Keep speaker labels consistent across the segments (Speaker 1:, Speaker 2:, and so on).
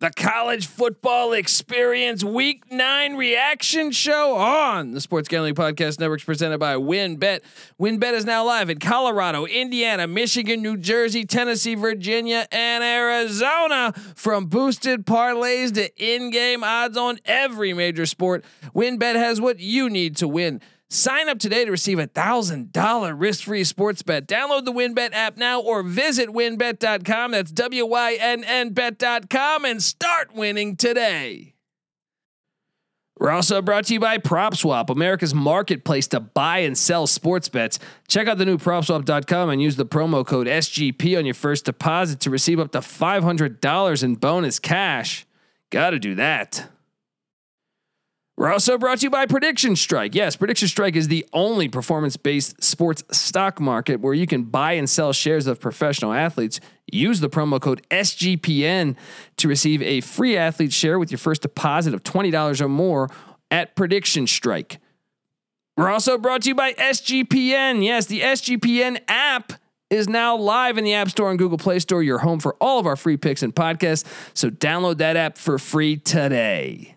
Speaker 1: The college football experience week nine reaction show on the Sports Gambling Podcast Network is presented by WinBet. WinBet is now live in Colorado, Indiana, Michigan, New Jersey, Tennessee, Virginia, and Arizona. From boosted parlays to in game odds on every major sport, WinBet has what you need to win. Sign up today to receive a thousand dollar risk free sports bet. Download the WinBet app now or visit winbet.com. That's W Y N N bet.com and start winning today. We're also brought to you by PropSwap, America's marketplace to buy and sell sports bets. Check out the new PropSwap.com and use the promo code SGP on your first deposit to receive up to $500 in bonus cash. Gotta do that. We're also brought to you by Prediction Strike. Yes, Prediction Strike is the only performance based sports stock market where you can buy and sell shares of professional athletes. Use the promo code SGPN to receive a free athlete share with your first deposit of $20 or more at Prediction Strike. We're also brought to you by SGPN. Yes, the SGPN app is now live in the App Store and Google Play Store, your home for all of our free picks and podcasts. So download that app for free today.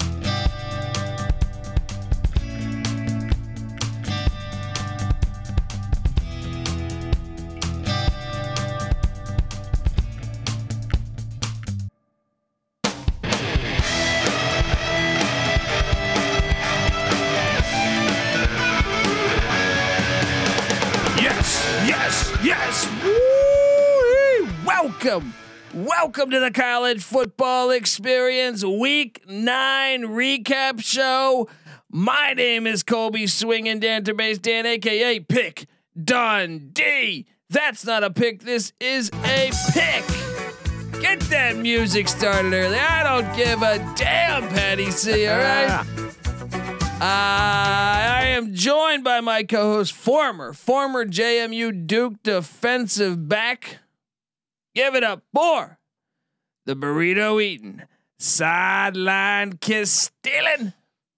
Speaker 1: Yes, yes, yes. Woo-wee. Welcome. Welcome to the College Football Experience Week 9 recap show. My name is Colby Swinging Dan Terbase Dan, aka Pick Dundee. That's not a pick, this is a pick. Get that music started early. I don't give a damn, Patty C, all right? Uh, I am joined by my co-host, former, former JMU Duke defensive back. Give it up for the burrito eating, sideline kiss stealing,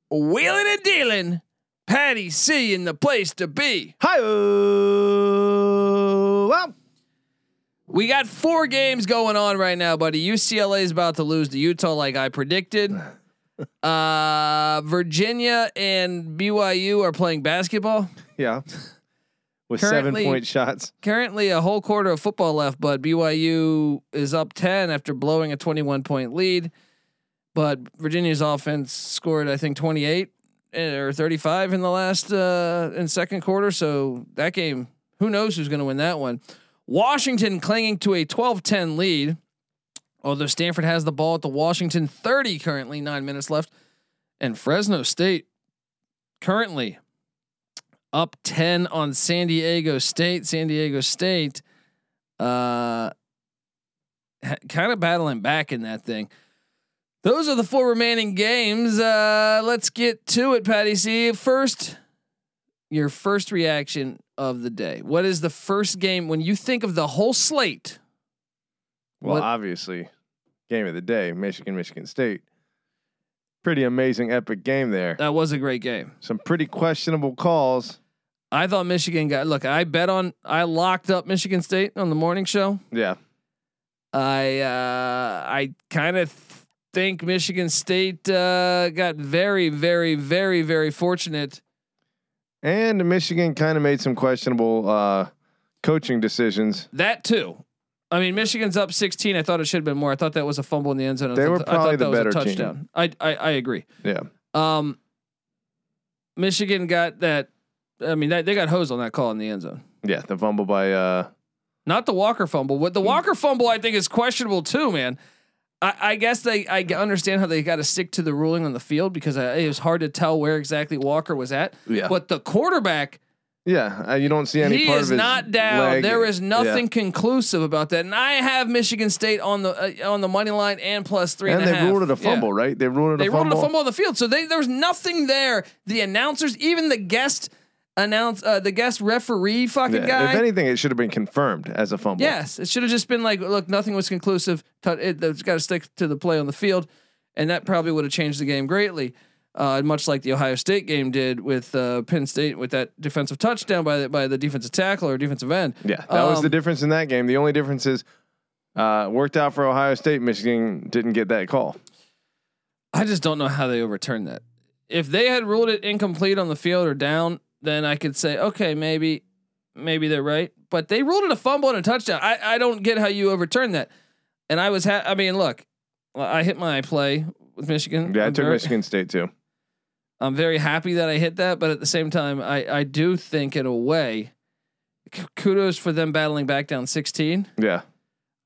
Speaker 1: wheeling and dealing, Patty C in the place to be.
Speaker 2: Hi. Well,
Speaker 1: We got four games going on right now, buddy. UCLA is about to lose to Utah, like I predicted. Uh, Virginia and BYU are playing basketball.
Speaker 2: yeah. With
Speaker 1: Currently-
Speaker 2: seven point shots.
Speaker 1: Currently, a whole quarter of football left, but BYU is up 10 after blowing a 21 point lead. But Virginia's offense scored, I think, 28 or 35 in the last uh, in second quarter. So that game, who knows who's going to win that one? Washington clinging to a 12 10 lead, although Stanford has the ball at the Washington 30 currently, nine minutes left. And Fresno State currently up 10 on San Diego State. San Diego State uh kind of battling back in that thing. Those are the four remaining games. Uh let's get to it, Patty C. First, your first reaction of the day. What is the first game when you think of the whole slate?
Speaker 2: Well,
Speaker 1: What-
Speaker 2: obviously, game of the day, Michigan, Michigan State. Pretty amazing, epic game there.
Speaker 1: That was a great game.
Speaker 2: Some pretty questionable calls.
Speaker 1: I thought Michigan got look, I bet on I locked up Michigan State on the morning show.
Speaker 2: Yeah.
Speaker 1: I uh, I kind of th- think Michigan State uh, got very, very, very, very fortunate.
Speaker 2: And Michigan kind of made some questionable uh, coaching decisions.
Speaker 1: That too. I mean, Michigan's up 16. I thought it should have been more. I thought that was a fumble in the end zone. I
Speaker 2: They
Speaker 1: thought-
Speaker 2: were
Speaker 1: I thought
Speaker 2: probably the
Speaker 1: that was a
Speaker 2: better team.
Speaker 1: touchdown. I, I I agree.
Speaker 2: Yeah.
Speaker 1: Um, Michigan got that. I mean, that, they got hosed on that call in the end zone.
Speaker 2: Yeah. The fumble by uh,
Speaker 1: Not the Walker fumble. What the
Speaker 2: Hmm.
Speaker 1: Walker fumble, I think, is questionable too, man. I, I guess they I understand how they got to stick to the ruling on the field because I, it was hard to tell where exactly Walker was at.
Speaker 2: Yeah.
Speaker 1: But the quarterback,
Speaker 2: Yeah. Uh, you don't see any
Speaker 1: he
Speaker 2: part
Speaker 1: is
Speaker 2: of his
Speaker 1: not down.
Speaker 2: leg.
Speaker 1: There is
Speaker 2: Yeah.
Speaker 1: nothing conclusive about that. And I have Michigan State on the uh, on the money line and plus three
Speaker 2: And,
Speaker 1: and, a
Speaker 2: they
Speaker 1: half.
Speaker 2: ruled it a
Speaker 1: Yeah.
Speaker 2: fumble, right? They ruled it
Speaker 1: They
Speaker 2: a fumble.
Speaker 1: ruled it a fumble on the field, so they, there was nothing there. The announcers, even the guest announce, uh, the guest referee, fucking
Speaker 2: Yeah,
Speaker 1: guy.
Speaker 2: If anything, it should have been confirmed as a fumble.
Speaker 1: Yes, it should have just been like, look, nothing was conclusive. Cut- It, has got to stick to the play on the field, and that probably would have changed the game greatly. uh, much like the Ohio State game did with uh, Penn State with that defensive touchdown by the, by the defensive tackle or defensive end.
Speaker 2: Yeah, that was the
Speaker 1: Um,
Speaker 2: difference in that game. The only difference is uh, worked out for Ohio State. Michigan didn't get that call.
Speaker 1: I just don't know how they overturned that. If they had ruled it incomplete on the field or down, then I could say, okay, maybe, maybe they're right. But they ruled it a fumble and a touchdown. I, I don't get how you overturn that. And I was, ha- I mean, look, I hit my play with Michigan.
Speaker 2: Yeah, I
Speaker 1: I'm
Speaker 2: took
Speaker 1: very-
Speaker 2: Michigan State too.
Speaker 1: I'm very happy that I hit that, but at the same time, I I do think in a way, k- kudos for them battling back down 16.
Speaker 2: Yeah,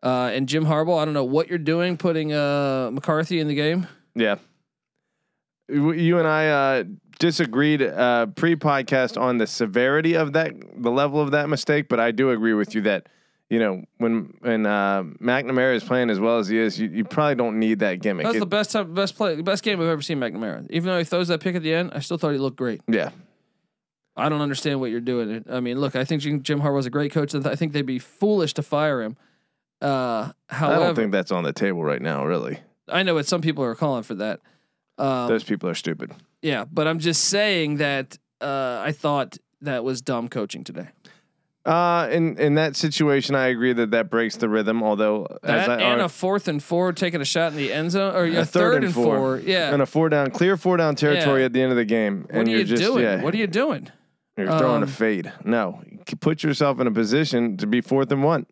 Speaker 1: Uh, and Jim Harbaugh, I don't know what you're doing putting uh McCarthy in the game.
Speaker 2: yeah. You you and I uh, disagreed uh, pre-podcast on the severity of that, the level of that mistake, but I do agree with you that you know when when uh, McNamara is playing as well as he is, you, you probably don't need that gimmick.
Speaker 1: That's
Speaker 2: It-
Speaker 1: the best time, best play, best game I've ever seen McNamara. Even though he throws that pick at the end, I still thought he looked great.
Speaker 2: yeah,
Speaker 1: I don't understand what you're doing. I mean, look, I think Jim Jim Harbaugh's a great coach. and I think they'd be foolish to fire him. Uh,
Speaker 2: I don't
Speaker 1: however,
Speaker 2: think that's on the table right now. Really,
Speaker 1: I know what some people are calling for that. Um,
Speaker 2: those people are stupid.
Speaker 1: Yeah, but I'm just saying that uh, I thought that was dumb coaching today.
Speaker 2: Uh, in in that situation, I agree that that breaks the rhythm. Although,
Speaker 1: That
Speaker 2: as I
Speaker 1: and
Speaker 2: ar-
Speaker 1: a fourth and four taking a shot in the end zone, or
Speaker 2: a
Speaker 1: a third and four. Yeah.
Speaker 2: and a four down, clear four down territory
Speaker 1: Yeah.
Speaker 2: at the end of the game,
Speaker 1: What
Speaker 2: and
Speaker 1: are
Speaker 2: you're
Speaker 1: you
Speaker 2: just
Speaker 1: doing?
Speaker 2: yeah,
Speaker 1: What are you doing?
Speaker 2: you're throwing
Speaker 1: um,
Speaker 2: a fade. No, C- put yourself in a position to be fourth and one,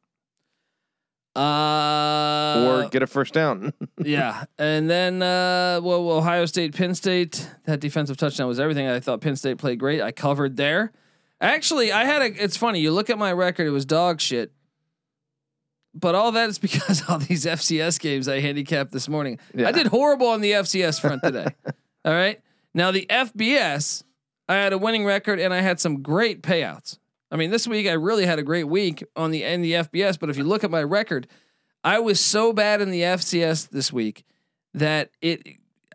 Speaker 1: Uh,
Speaker 2: or get a first down.
Speaker 1: yeah, and then uh, well, Ohio State, Penn State. That defensive touchdown was everything. I thought Penn State played great. I covered there. Actually, I had a. It's funny. You look at my record; it was dog shit. But all that is because all these FCS games I handicapped this morning.
Speaker 2: Yeah.
Speaker 1: I did horrible on the FCS front today. all right. Now the FBS, I had a winning record and I had some great payouts. I mean, this week I really had a great week on the in the FBS. But if you look at my record, I was so bad in the FCS this week that it.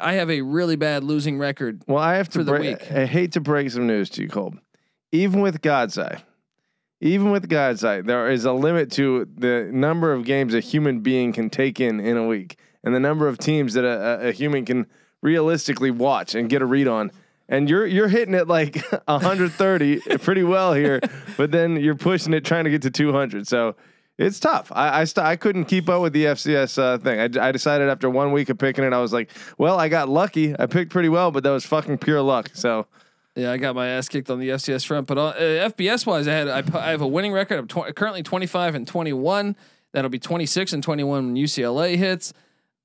Speaker 1: I have a really bad losing record.
Speaker 2: well, I have to
Speaker 1: For the
Speaker 2: break.
Speaker 1: week.
Speaker 2: I hate to break some news to you, Cole. Even with God's eye, even with God's eye, there is a limit to the number of games a human being can take in in a week, and the number of teams that a, a, a human can realistically watch and get a read on. And you're you're hitting it like 130 pretty well here, but then you're pushing it trying to get to 200. So it's tough. I I, st- I couldn't keep up with the FCS uh, thing. I, d- I decided after one week of picking it, I was like, well, I got lucky. I picked pretty well, but that was fucking pure luck. So
Speaker 1: Yeah, I got my ass kicked on the FCS front, but on, uh, FBS wise, I had I, pu- I have a winning record of tw- currently 25 and 21. That'll be 26 and 21 when UCLA hits.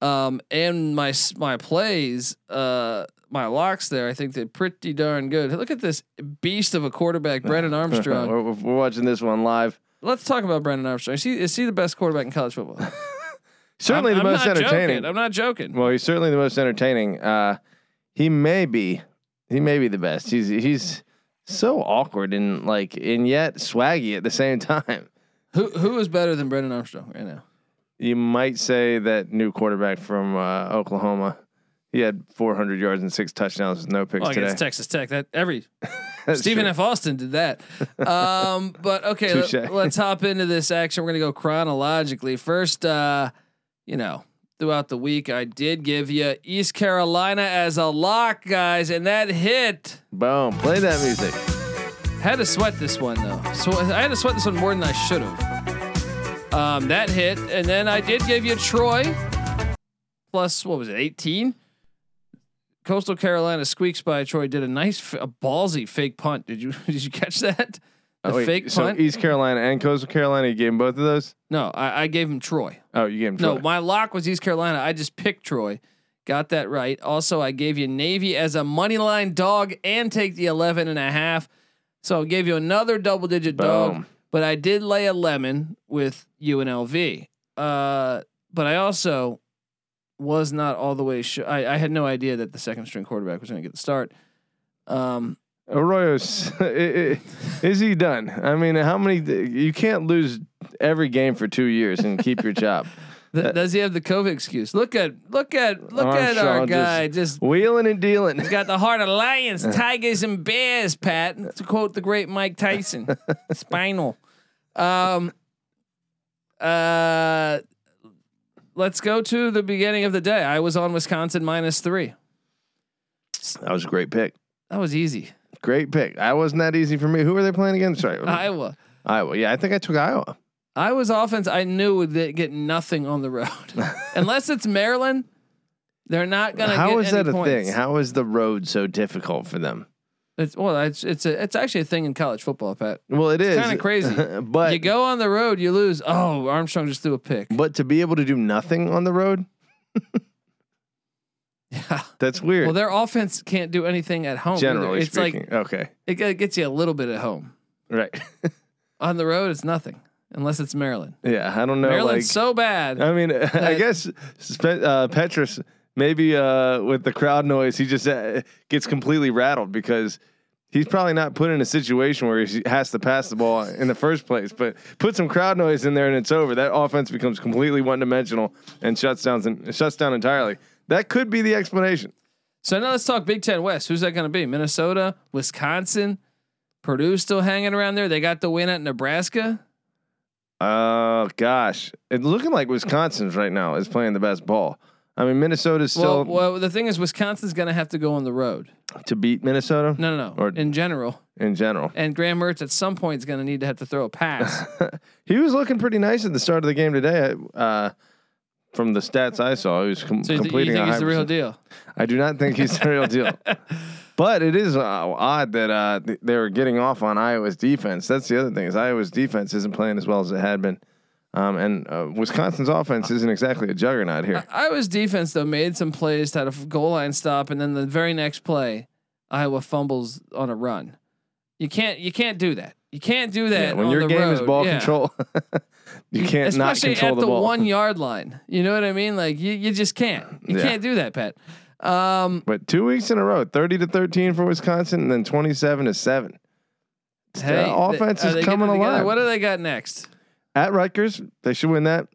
Speaker 1: Um, and my s- my plays, uh, my locks there, I think they're pretty darn good. Look at this beast of a quarterback, Brendan Armstrong.
Speaker 2: uh, we're, we're watching this one live.
Speaker 1: Let's talk about Brendan Armstrong. Is he is he the best quarterback in college football?
Speaker 2: Certainly
Speaker 1: I'm-
Speaker 2: the
Speaker 1: I'm
Speaker 2: most
Speaker 1: not joking.
Speaker 2: entertaining.
Speaker 1: I'm not joking.
Speaker 2: Well, he's certainly the most entertaining. Uh, he may be, he may be the best. He's he's so awkward and like and yet swaggy at the same time.
Speaker 1: Who who is better than Brendan Armstrong right now?
Speaker 2: You might say that new quarterback from uh, Oklahoma. He had 400 yards and six touchdowns with no picks
Speaker 1: Well,
Speaker 2: today.
Speaker 1: against Texas Tech, that every
Speaker 2: That's
Speaker 1: Stephen
Speaker 2: true.
Speaker 1: F. Austin did that. Um, but okay,
Speaker 2: Touche.
Speaker 1: let, us hop into this action. We're gonna go chronologically. First, uh, you know, throughout the week, I did give you East Carolina as a lock, guys, and that hit.
Speaker 2: Boom! Play that music.
Speaker 1: Had to sweat this one though. So I had to sweat this one more than I should have. Um, that hit, and then I did give you Troy plus what was it, eighteen? Coastal Carolina squeaks by Troy. Did a nice, f- a ballsy fake punt. Did you did you catch that? The
Speaker 2: Oh, wait,
Speaker 1: fake
Speaker 2: so
Speaker 1: punt.
Speaker 2: East Carolina and Coastal Carolina. You gave him both of those.
Speaker 1: no, I, I gave him Troy.
Speaker 2: Oh, you gave him.
Speaker 1: No,
Speaker 2: Troy.
Speaker 1: my lock was East Carolina. I just picked Troy. Got that right. Also, I gave you Navy as a money line dog and take the 11 and a half. So I gave you another double digit dog,
Speaker 2: Boom.
Speaker 1: but I did lay a lemon with UNLV. Uh, but I also was not all the way sure. I, I had no idea that the second string quarterback was going to get the start. Um,
Speaker 2: Arroyo's i- i- is he done? I mean, how many? You can't lose every game for two years and keep your job.
Speaker 1: th- does he have the COVID excuse? Look at, look at, look at our
Speaker 2: Armstrong just-
Speaker 1: guy just
Speaker 2: Wheeling and dealing.
Speaker 1: He's got the heart of lions, tigers, and bears, Pat. To quote the great Mike Tyson, spinal. Um, uh, let's go to the beginning of the day. I was on Wisconsin minus three.
Speaker 2: That was a great pick.
Speaker 1: That was easy.
Speaker 2: Great pick. I wasn't that easy for me. Who were they playing again? Sorry.
Speaker 1: Iowa.
Speaker 2: Iowa. Yeah, I think I took Iowa.
Speaker 1: Iowa's offense, I knew would they get nothing on the road, unless it's Maryland. They're not gonna.
Speaker 2: How
Speaker 1: get
Speaker 2: is
Speaker 1: any
Speaker 2: that a
Speaker 1: points.
Speaker 2: thing? How is the road so difficult for them?
Speaker 1: It's well, it's it's a, it's actually a thing in college football, Pat.
Speaker 2: Well, it
Speaker 1: It's
Speaker 2: is.
Speaker 1: kinda crazy.
Speaker 2: but
Speaker 1: you go on the road, you lose. Oh, Armstrong just threw a pick.
Speaker 2: but to be able to do nothing on the road,
Speaker 1: Yeah.
Speaker 2: that's weird.
Speaker 1: Well, their offense can't do anything at home. either.
Speaker 2: generally
Speaker 1: it's
Speaker 2: speaking.
Speaker 1: like
Speaker 2: okay.
Speaker 1: it g- gets you a little bit at home.
Speaker 2: Right.
Speaker 1: On the road, it's nothing unless it's Maryland.
Speaker 2: yeah, I don't know
Speaker 1: Maryland's
Speaker 2: like
Speaker 1: so bad.
Speaker 2: I mean, I guess Spe- uh, Petrus maybe uh, with the crowd noise, he just uh, gets completely rattled because he's probably not put in a situation where he has to pass the ball in the first place. But put some crowd noise in there and it's over. That offense becomes completely one dimensional and shuts down shuts down entirely. That could be the explanation.
Speaker 1: so now let's talk Big Ten West. Who's that going to be? Minnesota, Wisconsin, Purdue still hanging around there. They got the win at Nebraska.
Speaker 2: Oh gosh, it's looking like Wisconsin's right now is playing the best ball. I mean, Minnesota's still
Speaker 1: well, well, the thing is, Wisconsin's going to have to go on the road.
Speaker 2: to beat Minnesota
Speaker 1: No, no, no.
Speaker 2: Or-
Speaker 1: in general,
Speaker 2: in general.
Speaker 1: and Graham Mertz at some point is going to need to have to throw a pass.
Speaker 2: He was looking pretty nice at the start of the game today. Uh, from the stats I saw, he was com-
Speaker 1: So you, th- you
Speaker 2: completing.
Speaker 1: think
Speaker 2: a
Speaker 1: he's the
Speaker 2: high
Speaker 1: real
Speaker 2: percent-
Speaker 1: deal?
Speaker 2: I do not think he's the real deal. But it is uh, odd that uh, th- they were getting off on Iowa's defense. That's the other thing is Iowa's defense isn't playing as well as it had been, um, and uh, Wisconsin's offense isn't exactly a juggernaut here.
Speaker 1: Iowa's defense though made some plays, had a f- goal line stop, and then the very next play, Iowa fumbles on a run. You can't you can't do that. You can't do that
Speaker 2: Yeah, when
Speaker 1: on
Speaker 2: your
Speaker 1: the
Speaker 2: game is
Speaker 1: road.
Speaker 2: ball
Speaker 1: Yeah.
Speaker 2: control, you can't not
Speaker 1: especially
Speaker 2: control
Speaker 1: at the,
Speaker 2: the ball.
Speaker 1: one yard line. You know what I mean? Like you, you just can't. You
Speaker 2: Yeah.
Speaker 1: can't do that, Pat. Um,
Speaker 2: but two weeks in a row, thirty to thirteen for Wisconsin, and then twenty-seven to seven.
Speaker 1: hey, th-
Speaker 2: offense
Speaker 1: are
Speaker 2: is
Speaker 1: they
Speaker 2: coming
Speaker 1: getting it together?
Speaker 2: alive.
Speaker 1: What do they got next?
Speaker 2: at Rutgers. They should win that.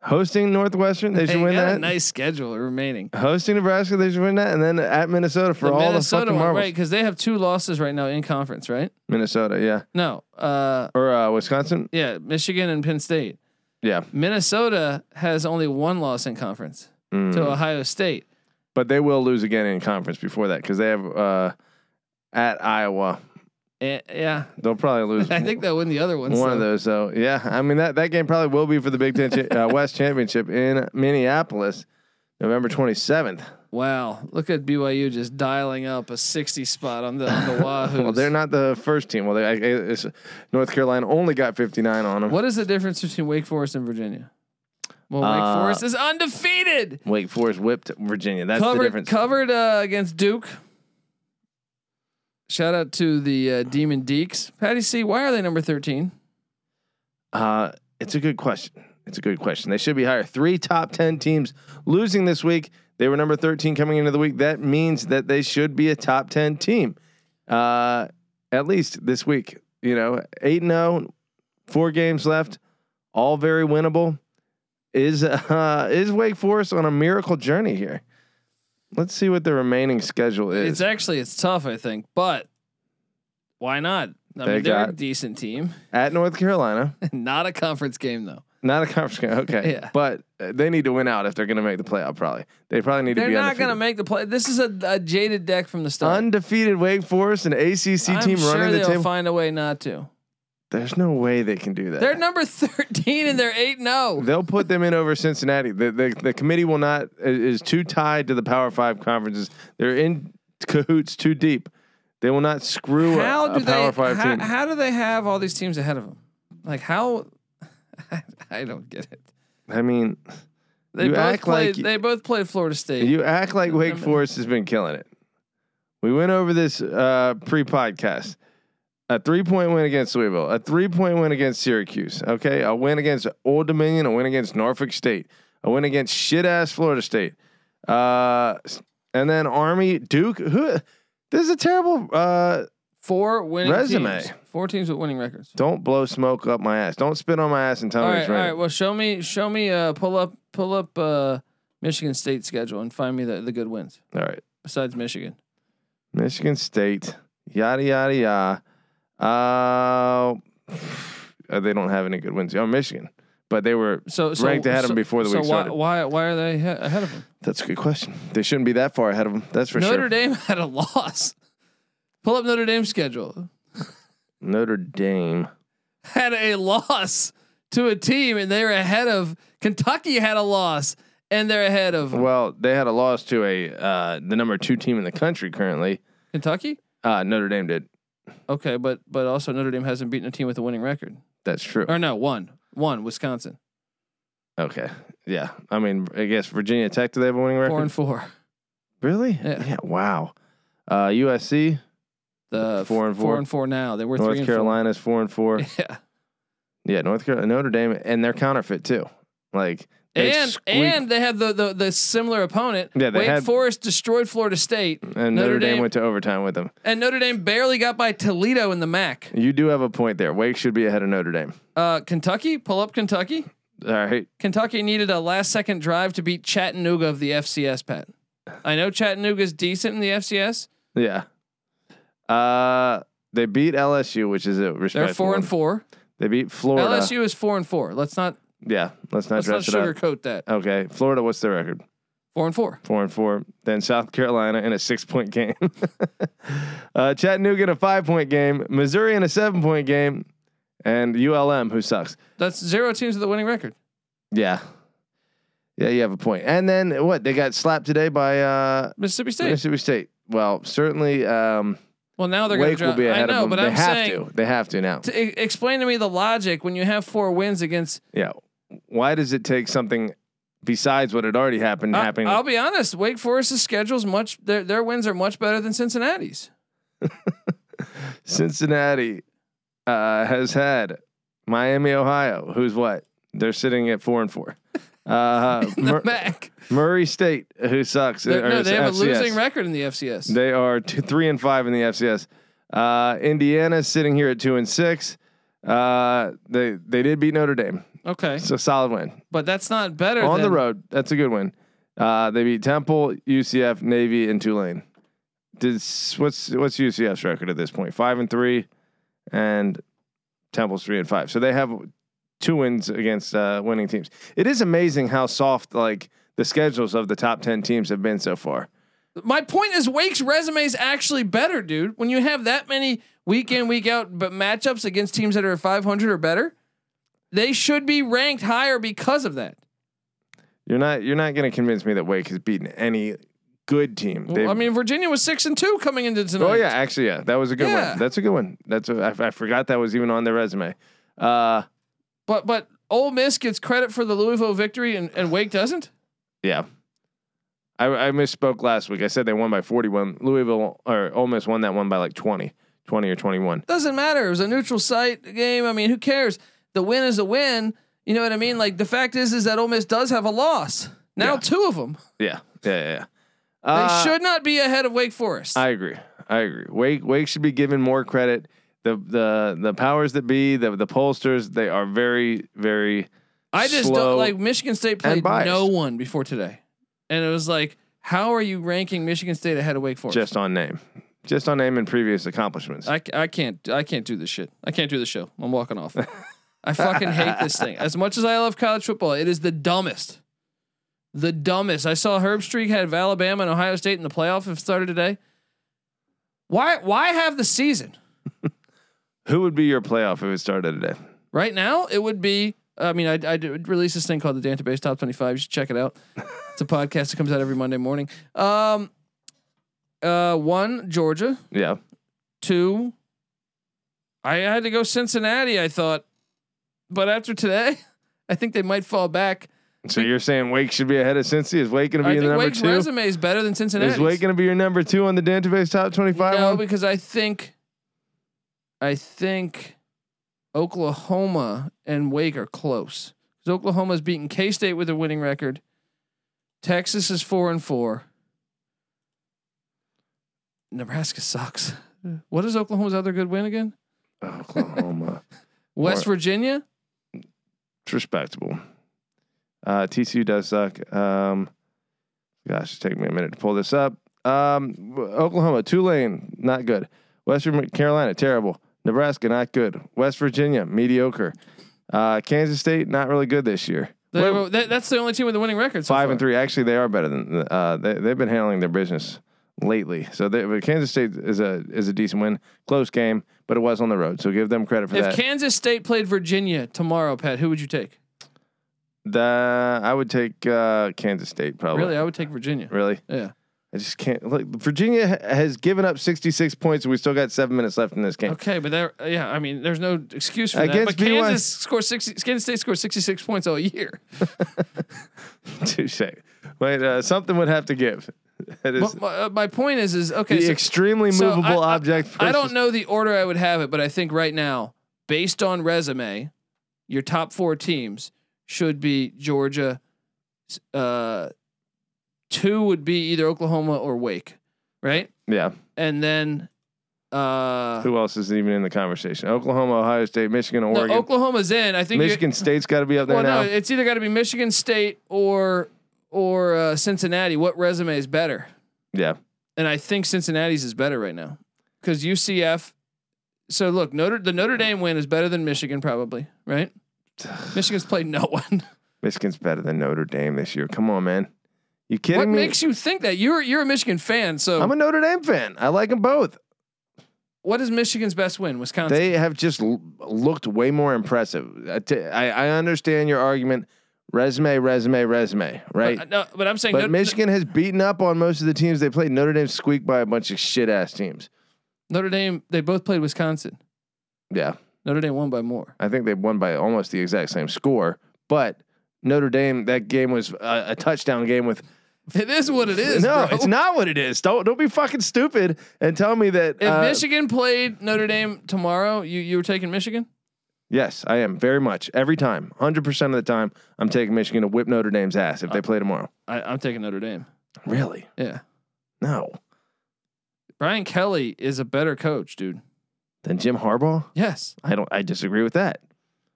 Speaker 2: Hosting Northwestern, they
Speaker 1: They
Speaker 2: should win
Speaker 1: got
Speaker 2: that.
Speaker 1: a nice schedule remaining.
Speaker 2: Hosting Nebraska, they should win that. And then at Minnesota for
Speaker 1: the
Speaker 2: all
Speaker 1: Minnesota
Speaker 2: the fucking
Speaker 1: one,
Speaker 2: marbles.
Speaker 1: right? Because they have two losses right now in conference, right?
Speaker 2: Minnesota, yeah,
Speaker 1: No, uh,
Speaker 2: or uh, Wisconsin,
Speaker 1: yeah, Michigan and Penn State.
Speaker 2: yeah.
Speaker 1: Minnesota has only one loss in conference
Speaker 2: Mm.
Speaker 1: to Ohio State.
Speaker 2: but they will lose again in conference before that because they have uh, at Iowa.
Speaker 1: Eh, yeah,
Speaker 2: They'll probably lose.
Speaker 1: I think they'll win the other one.
Speaker 2: one
Speaker 1: so-
Speaker 2: of those. So yeah, I mean that that game probably will be for the Big Ten cha- uh, West Championship in Minneapolis, November twenty seventh.
Speaker 1: Wow, look at BYU just dialing up a 60 spot on the on the Wahoos.
Speaker 2: Well, they're not the first team. Well, they, I- it's, North Carolina only got fifty nine on them.
Speaker 1: What is the difference between Wake Forest and Virginia? Well,
Speaker 2: Uh,
Speaker 1: Wake Forest is undefeated.
Speaker 2: Wake Forest whipped Virginia. That's the
Speaker 1: covered
Speaker 2: difference.
Speaker 1: covered uh, against Duke. Shout out to the uh, Demon Deeks. Patty C, why are they number 13?
Speaker 2: Uh, it's a good question. It's a good question. They should be higher. Three top 10 teams losing this week. They were number 13 coming into the week. That means that they should be a top 10 team, uh, at least this week. You know, 8 and 0, four games left, all very winnable. Is uh, is Wake Forest on a miracle journey here? Let's see what the remaining schedule is.
Speaker 1: It's actually it's tough, I think, but why not? I
Speaker 2: They
Speaker 1: mean, they're a
Speaker 2: got-
Speaker 1: decent team.
Speaker 2: At North Carolina,
Speaker 1: Not a conference game though.
Speaker 2: not a conference game. Okay,
Speaker 1: Yeah.
Speaker 2: but uh, they need to win out if they're going to make the playoff. Probably they probably need to
Speaker 1: They're
Speaker 2: be.
Speaker 1: not going to
Speaker 2: undefeated.
Speaker 1: make the play. This is a, a jaded deck from the start.
Speaker 2: undefeated Wake Forest and ACC
Speaker 1: I'm
Speaker 2: team
Speaker 1: sure
Speaker 2: running the
Speaker 1: they'll
Speaker 2: table.
Speaker 1: find a way not to.
Speaker 2: There's no way they can do that.
Speaker 1: They're number 13 and oh. they're 8 0.
Speaker 2: They'll put them in over Cincinnati. The, the the committee will not i- is too tied to the Power Five conferences. They're in cahoots too deep. They will not screw a-
Speaker 1: How
Speaker 2: a,
Speaker 1: do
Speaker 2: Power
Speaker 1: they
Speaker 2: Five
Speaker 1: how,
Speaker 2: team.
Speaker 1: how do they have all these teams ahead of them? Like how I don't get it.
Speaker 2: I mean,
Speaker 1: They
Speaker 2: You
Speaker 1: both
Speaker 2: act like
Speaker 1: played
Speaker 2: y-
Speaker 1: they both played Florida State.
Speaker 2: you act like Wake
Speaker 1: I'm-
Speaker 2: Forest has been killing it. We went over this uh, pre-podcast. A three-point win against Louisville. A three-point win against Syracuse. Okay, a win against Old Dominion. A win against Norfolk State. A win against shit-ass Florida State. Uh, s- and then Army, Duke. Who? This is a terrible. Uh,
Speaker 1: Four winning
Speaker 2: Resume.
Speaker 1: teams. Four teams with winning records.
Speaker 2: don't blow smoke up my ass. Don't spit on my ass and tell
Speaker 1: All
Speaker 2: me
Speaker 1: right,
Speaker 2: it's
Speaker 1: all
Speaker 2: Oh, right.
Speaker 1: right. Well, show me, show me, uh, pull up, pull up, uh, Michigan State schedule and find me the, the good wins
Speaker 2: All right.
Speaker 1: besides Michigan.
Speaker 2: Michigan State, yada yada yada. Uh, they don't have any good wins. Oh, Michigan but they were
Speaker 1: So, so
Speaker 2: ranked ahead of
Speaker 1: so,
Speaker 2: them before the
Speaker 1: so
Speaker 2: week
Speaker 1: why,
Speaker 2: started.
Speaker 1: why why are they he- ahead of them?
Speaker 2: That's a good question. They shouldn't be that far ahead of them. That's for
Speaker 1: Notre
Speaker 2: sure.
Speaker 1: Dame had a loss. Pull up Notre Dame's schedule.
Speaker 2: Notre Dame.
Speaker 1: Had a loss to a team, and they're ahead of Kentucky. Had a loss, and they're ahead of
Speaker 2: Well, they had a loss to a uh, the number two team in the country currently.
Speaker 1: Kentucky.
Speaker 2: Uh, Notre Dame did.
Speaker 1: Okay, but but also Notre Dame hasn't beaten a team with a winning record.
Speaker 2: That's true.
Speaker 1: Or no, one one Wisconsin
Speaker 2: Okay. Yeah. I mean, I guess Virginia Tech. Do they have a winning record?
Speaker 1: four and four.
Speaker 2: Really?
Speaker 1: Yeah.
Speaker 2: Wow. Uh, USC.
Speaker 1: The
Speaker 2: Four and
Speaker 1: four
Speaker 2: four.
Speaker 1: and four now. They were three
Speaker 2: North
Speaker 1: and
Speaker 2: Carolina's four and four.
Speaker 1: Four. Yeah,
Speaker 2: Yeah, North Carolina, Notre Dame, and they're counterfeit too. Like they
Speaker 1: and
Speaker 2: squeak-
Speaker 1: and they had the, the the similar opponent.
Speaker 2: Yeah, they
Speaker 1: Wake
Speaker 2: had-
Speaker 1: Forest destroyed Florida State,
Speaker 2: and Notre,
Speaker 1: Notre
Speaker 2: Dame,
Speaker 1: Dame-
Speaker 2: went to overtime with them.
Speaker 1: and Notre Dame barely got by Toledo in the MAC.
Speaker 2: You do have a point there. Wake should be ahead of Notre Dame.
Speaker 1: Uh, Kentucky, pull up Kentucky.
Speaker 2: All right.
Speaker 1: Kentucky needed a last second drive to beat Chattanooga of the FCS. Pat, I know Chattanooga's decent in the FCS.
Speaker 2: Yeah. Uh, they beat LSU, which is a respectful.
Speaker 1: They're four and
Speaker 2: one.
Speaker 1: four.
Speaker 2: They beat Florida.
Speaker 1: LSU is four and four. Let's not
Speaker 2: Yeah. Let's not
Speaker 1: let's not
Speaker 2: dress it up.
Speaker 1: sugarcoat that.
Speaker 2: Okay. Florida. What's their record?
Speaker 1: Four and four.
Speaker 2: Four and four. Then South Carolina in a six-point game. uh, Chattanooga in a five-point game. Missouri in a seven-point game. And ULM, who sucks.
Speaker 1: That's zero teams with a winning record.
Speaker 2: Yeah. Yeah, you have a point. And then what? They got slapped today by uh
Speaker 1: Mississippi State.
Speaker 2: Mississippi State. Well, certainly um
Speaker 1: Well, now they're going
Speaker 2: Wake
Speaker 1: to
Speaker 2: will be
Speaker 1: I
Speaker 2: ahead
Speaker 1: know,
Speaker 2: of them.
Speaker 1: but
Speaker 2: they
Speaker 1: I'm
Speaker 2: have
Speaker 1: saying
Speaker 2: to. They have to now.
Speaker 1: to e- explain to me the logic when you have four wins against.
Speaker 2: yeah. Why does it take something besides what had already happened
Speaker 1: I,
Speaker 2: happening?
Speaker 1: will be honest, Wake Forest's schedule's much their their wins are much better than Cincinnati's.
Speaker 2: Cincinnati uh has had Miami, Ohio, who's what? They're sitting at 4 and 4. Uh Mur-
Speaker 1: Mac,
Speaker 2: Murray State, who sucks.
Speaker 1: They're-
Speaker 2: or
Speaker 1: no,
Speaker 2: is
Speaker 1: they have a
Speaker 2: FCS.
Speaker 1: losing record in the FCS.
Speaker 2: They are two, three and five in the FCS. Uh, Indiana's sitting here at two and six. Uh, they they did beat Notre Dame.
Speaker 1: okay,
Speaker 2: It's a solid win
Speaker 1: but that's not better
Speaker 2: on the
Speaker 1: than-
Speaker 2: road. That's a good win. Uh, they beat Temple, UCF, Navy, and Tulane. Did s- what's what's UCF's record at this point? Five and three, and Temple's three and five. So they have two wins against uh, winning teams. It is amazing how soft like the schedules of the top ten teams have been so far.
Speaker 1: My point is, Wake's resume is actually better, dude. When you have that many week in week out, but matchups against teams that are 500 or better, they should be ranked higher because of that.
Speaker 2: You're not you're not going to convince me that Wake has beaten any good team.
Speaker 1: Well,
Speaker 2: They've-
Speaker 1: I mean, Virginia was six and two coming into tonight.
Speaker 2: oh yeah, actually yeah, that was a good
Speaker 1: Yeah.
Speaker 2: one. That's a good one. That's a, I, I forgot that was even on their resume. Uh,
Speaker 1: but but Ole Miss gets credit for the Louisville victory, and, and Wake doesn't.
Speaker 2: yeah, I, I misspoke last week. I said they won by 41. Louisville or Ole Miss won that one by like 20, 20 or 21.
Speaker 1: Doesn't matter. It was a neutral site game. I mean, who cares? The win is a win. You know what I mean? Like the fact is, is that Ole Miss does have a loss now,
Speaker 2: Yeah.
Speaker 1: two of them.
Speaker 2: Yeah, yeah, yeah. yeah.
Speaker 1: They
Speaker 2: Uh,
Speaker 1: should not be ahead of Wake Forest.
Speaker 2: I agree. I agree. Wake Wake should be given more credit. The the the powers that be, the the pollsters, they are very very.
Speaker 1: I just
Speaker 2: slow
Speaker 1: don't like Michigan State
Speaker 2: and
Speaker 1: played
Speaker 2: biased.
Speaker 1: no one before today, and it was like, how are you ranking Michigan State ahead of Wake Forest?
Speaker 2: just on name, just on name and previous accomplishments.
Speaker 1: I, c- I can't I can't do this shit. I can't do the show. I'm walking off. I fucking hate this thing. As much as I love college football, it is the dumbest. The dumbest. I saw Herb Streak had Alabama and Ohio State in the playoff if it started today. Why why have the season?
Speaker 2: Who would be your playoff if it started today?
Speaker 1: Right now, it would be. I mean, I, I did release this thing called the Database Top 25. You should check it out. It's a podcast that comes out every Monday morning. Um, uh, one, Georgia.
Speaker 2: Yeah,
Speaker 1: Two, I had to go Cincinnati, I thought. But after today, I think they might fall back.
Speaker 2: so you're saying Wake should be ahead of Cincy? Is Wake going to
Speaker 1: I
Speaker 2: be the
Speaker 1: think
Speaker 2: number
Speaker 1: Wake's
Speaker 2: two?
Speaker 1: resume is better than Cincinnati.
Speaker 2: Is Wake going to be your number two on the database top twenty-five?
Speaker 1: No,
Speaker 2: one?
Speaker 1: because I think, I think, Oklahoma and Wake are close. Because Oklahoma's beaten K State with a winning record. Texas is four and four. Nebraska sucks. What is Oklahoma's other good win again?
Speaker 2: Oh, Oklahoma,
Speaker 1: West
Speaker 2: Or-
Speaker 1: Virginia.
Speaker 2: it's respectable. Uh, TCU does suck. Um, gosh, it's taking me a minute to pull this up. Um, w- Oklahoma, Tulane, not good. Western Carolina, terrible. Nebraska, not good. West Virginia, mediocre. Uh, Kansas State not really good this year.
Speaker 1: They-
Speaker 2: Wait,
Speaker 1: that- that's the only team with a winning record. So
Speaker 2: five
Speaker 1: far.
Speaker 2: and three. Actually, they are better than. Uh, they they've been handling their business lately. So they, but Kansas State is a is a decent win, close game, but it was on the road. So give them credit for
Speaker 1: If
Speaker 2: that.
Speaker 1: Kansas State played Virginia tomorrow, Pat, who would you take?
Speaker 2: the I would take uh, Kansas State probably.
Speaker 1: Really, Oh. I would take Virginia.
Speaker 2: uh, Really?
Speaker 1: Yeah.
Speaker 2: I just can't. Look, Virginia ha- has given up 66 points, and we still got seven minutes left in this game.
Speaker 1: Okay, but there, uh, yeah, I mean, there's no excuse for
Speaker 2: Against
Speaker 1: that. But
Speaker 2: BYU.
Speaker 1: Kansas scores sixty. Kansas State scores sixty six points all year.
Speaker 2: Touche. Wait, uh, something would have to give. That is
Speaker 1: But my, uh, my point is, is okay.
Speaker 2: the
Speaker 1: So,
Speaker 2: extremely
Speaker 1: so
Speaker 2: movable
Speaker 1: I- I-
Speaker 2: object.
Speaker 1: I don't
Speaker 2: versus-
Speaker 1: know the order I would have it, but I think right now, based on resume, your top four teams should be Georgia. s- Uh, two would be either Oklahoma or Wake, right?
Speaker 2: Yeah.
Speaker 1: And then, uh,
Speaker 2: Who else is even in the conversation? Oklahoma, Ohio State, Michigan,
Speaker 1: no,
Speaker 2: Oregon.
Speaker 1: Oklahoma's in. I think you-
Speaker 2: Michigan State's got to be up there
Speaker 1: Well,
Speaker 2: now.
Speaker 1: no, it's either got to be Michigan State or or uh, Cincinnati. What resume is better?
Speaker 2: yeah.
Speaker 1: And I think Cincinnati's is better right now because UCF. So look, Notre the Notre Dame win is better than Michigan probably, right? Michigan's played no one.
Speaker 2: Michigan's better than Notre Dame this year. Come on, man. You kidding
Speaker 1: what
Speaker 2: me?
Speaker 1: makes you think that? You're you're a Michigan fan, so
Speaker 2: I'm a Notre Dame fan. I like them both.
Speaker 1: what is Michigan's best win? Wisconsin.
Speaker 2: They have just l- looked way more impressive. I t- I- I understand your argument. Resume, resume, resume, right?
Speaker 1: Uh, no, but I'm saying
Speaker 2: But
Speaker 1: Notre-
Speaker 2: Michigan has beaten up on most of the teams they played. Notre Dame squeaked by a bunch of shit ass teams.
Speaker 1: Notre Dame. They both played Wisconsin.
Speaker 2: Yeah,
Speaker 1: Notre Dame won by more.
Speaker 2: I think they won by almost the exact same score. But Notre Dame, that game was a, a touchdown game with.
Speaker 1: It is what it is.
Speaker 2: no,
Speaker 1: bro.
Speaker 2: it's not what it is. Don't don't be fucking stupid and tell me that.
Speaker 1: If
Speaker 2: uh,
Speaker 1: Michigan played Notre Dame tomorrow, you you were taking Michigan.
Speaker 2: yes, I am very much every time, hundred percent of the time, I'm taking Michigan to whip Notre Dame's ass
Speaker 1: Uh.
Speaker 2: if they play tomorrow.
Speaker 1: I, I'm taking Notre Dame.
Speaker 2: Really?
Speaker 1: Yeah.
Speaker 2: No.
Speaker 1: Brian Kelly is a better coach, dude.
Speaker 2: Then Jim Harbaugh?
Speaker 1: Yes.
Speaker 2: I don't. I disagree with that.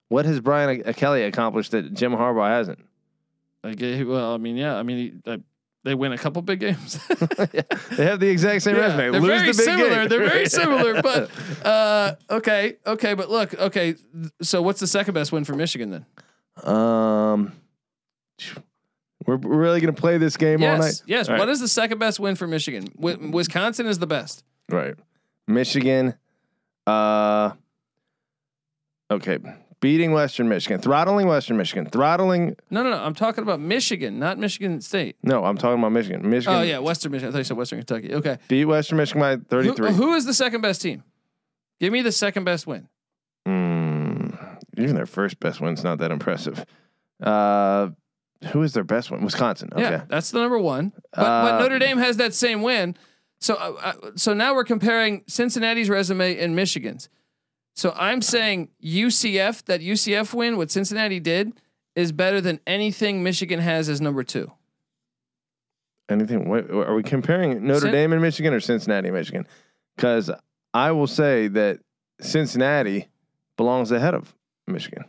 Speaker 2: What has Brian A- Kelly accomplished that Jim Harbaugh hasn't?
Speaker 1: Like, eh, well, I mean, yeah. I mean, he, uh, they win a couple big games.
Speaker 2: They have the exact same
Speaker 1: Yeah,
Speaker 2: resume.
Speaker 1: They're
Speaker 2: Lose
Speaker 1: very
Speaker 2: the big
Speaker 1: similar.
Speaker 2: game.
Speaker 1: They're very similar. But uh, okay, okay. But look, okay. th- So what's the second best win for Michigan then?
Speaker 2: um, we're we're really gonna play this game all night.
Speaker 1: yes. Yes.
Speaker 2: All right.
Speaker 1: What is the second best win for Michigan? Wi- Wisconsin is the best.
Speaker 2: Right. Michigan. Uh. Okay. Beating Western Michigan, throttling Western Michigan, throttling.
Speaker 1: No, no, no. I'm talking about Michigan, not Michigan State.
Speaker 2: No, I'm talking about Michigan. Michigan
Speaker 1: Oh yeah, Western Michigan. I thought you said Western Kentucky. Okay.
Speaker 2: beat Western Michigan by
Speaker 1: Who-
Speaker 2: 33.
Speaker 1: who is the second best team? Give me the second best win.
Speaker 2: Mm, even their first best win's not that impressive. Uh, who is their best one? Wisconsin. Okay.
Speaker 1: Yeah, that's the number one. But, but
Speaker 2: Uh,
Speaker 1: Notre Dame has that same win. So uh, uh, so now we're comparing Cincinnati's resume and Michigan's. So I'm saying UCF that UCF win what Cincinnati did is better than anything Michigan has as number two.
Speaker 2: Anything? Wait, are we comparing Notre
Speaker 1: Cin-
Speaker 2: Dame and Michigan or Cincinnati, and Michigan? Because I will say that Cincinnati belongs ahead of Michigan.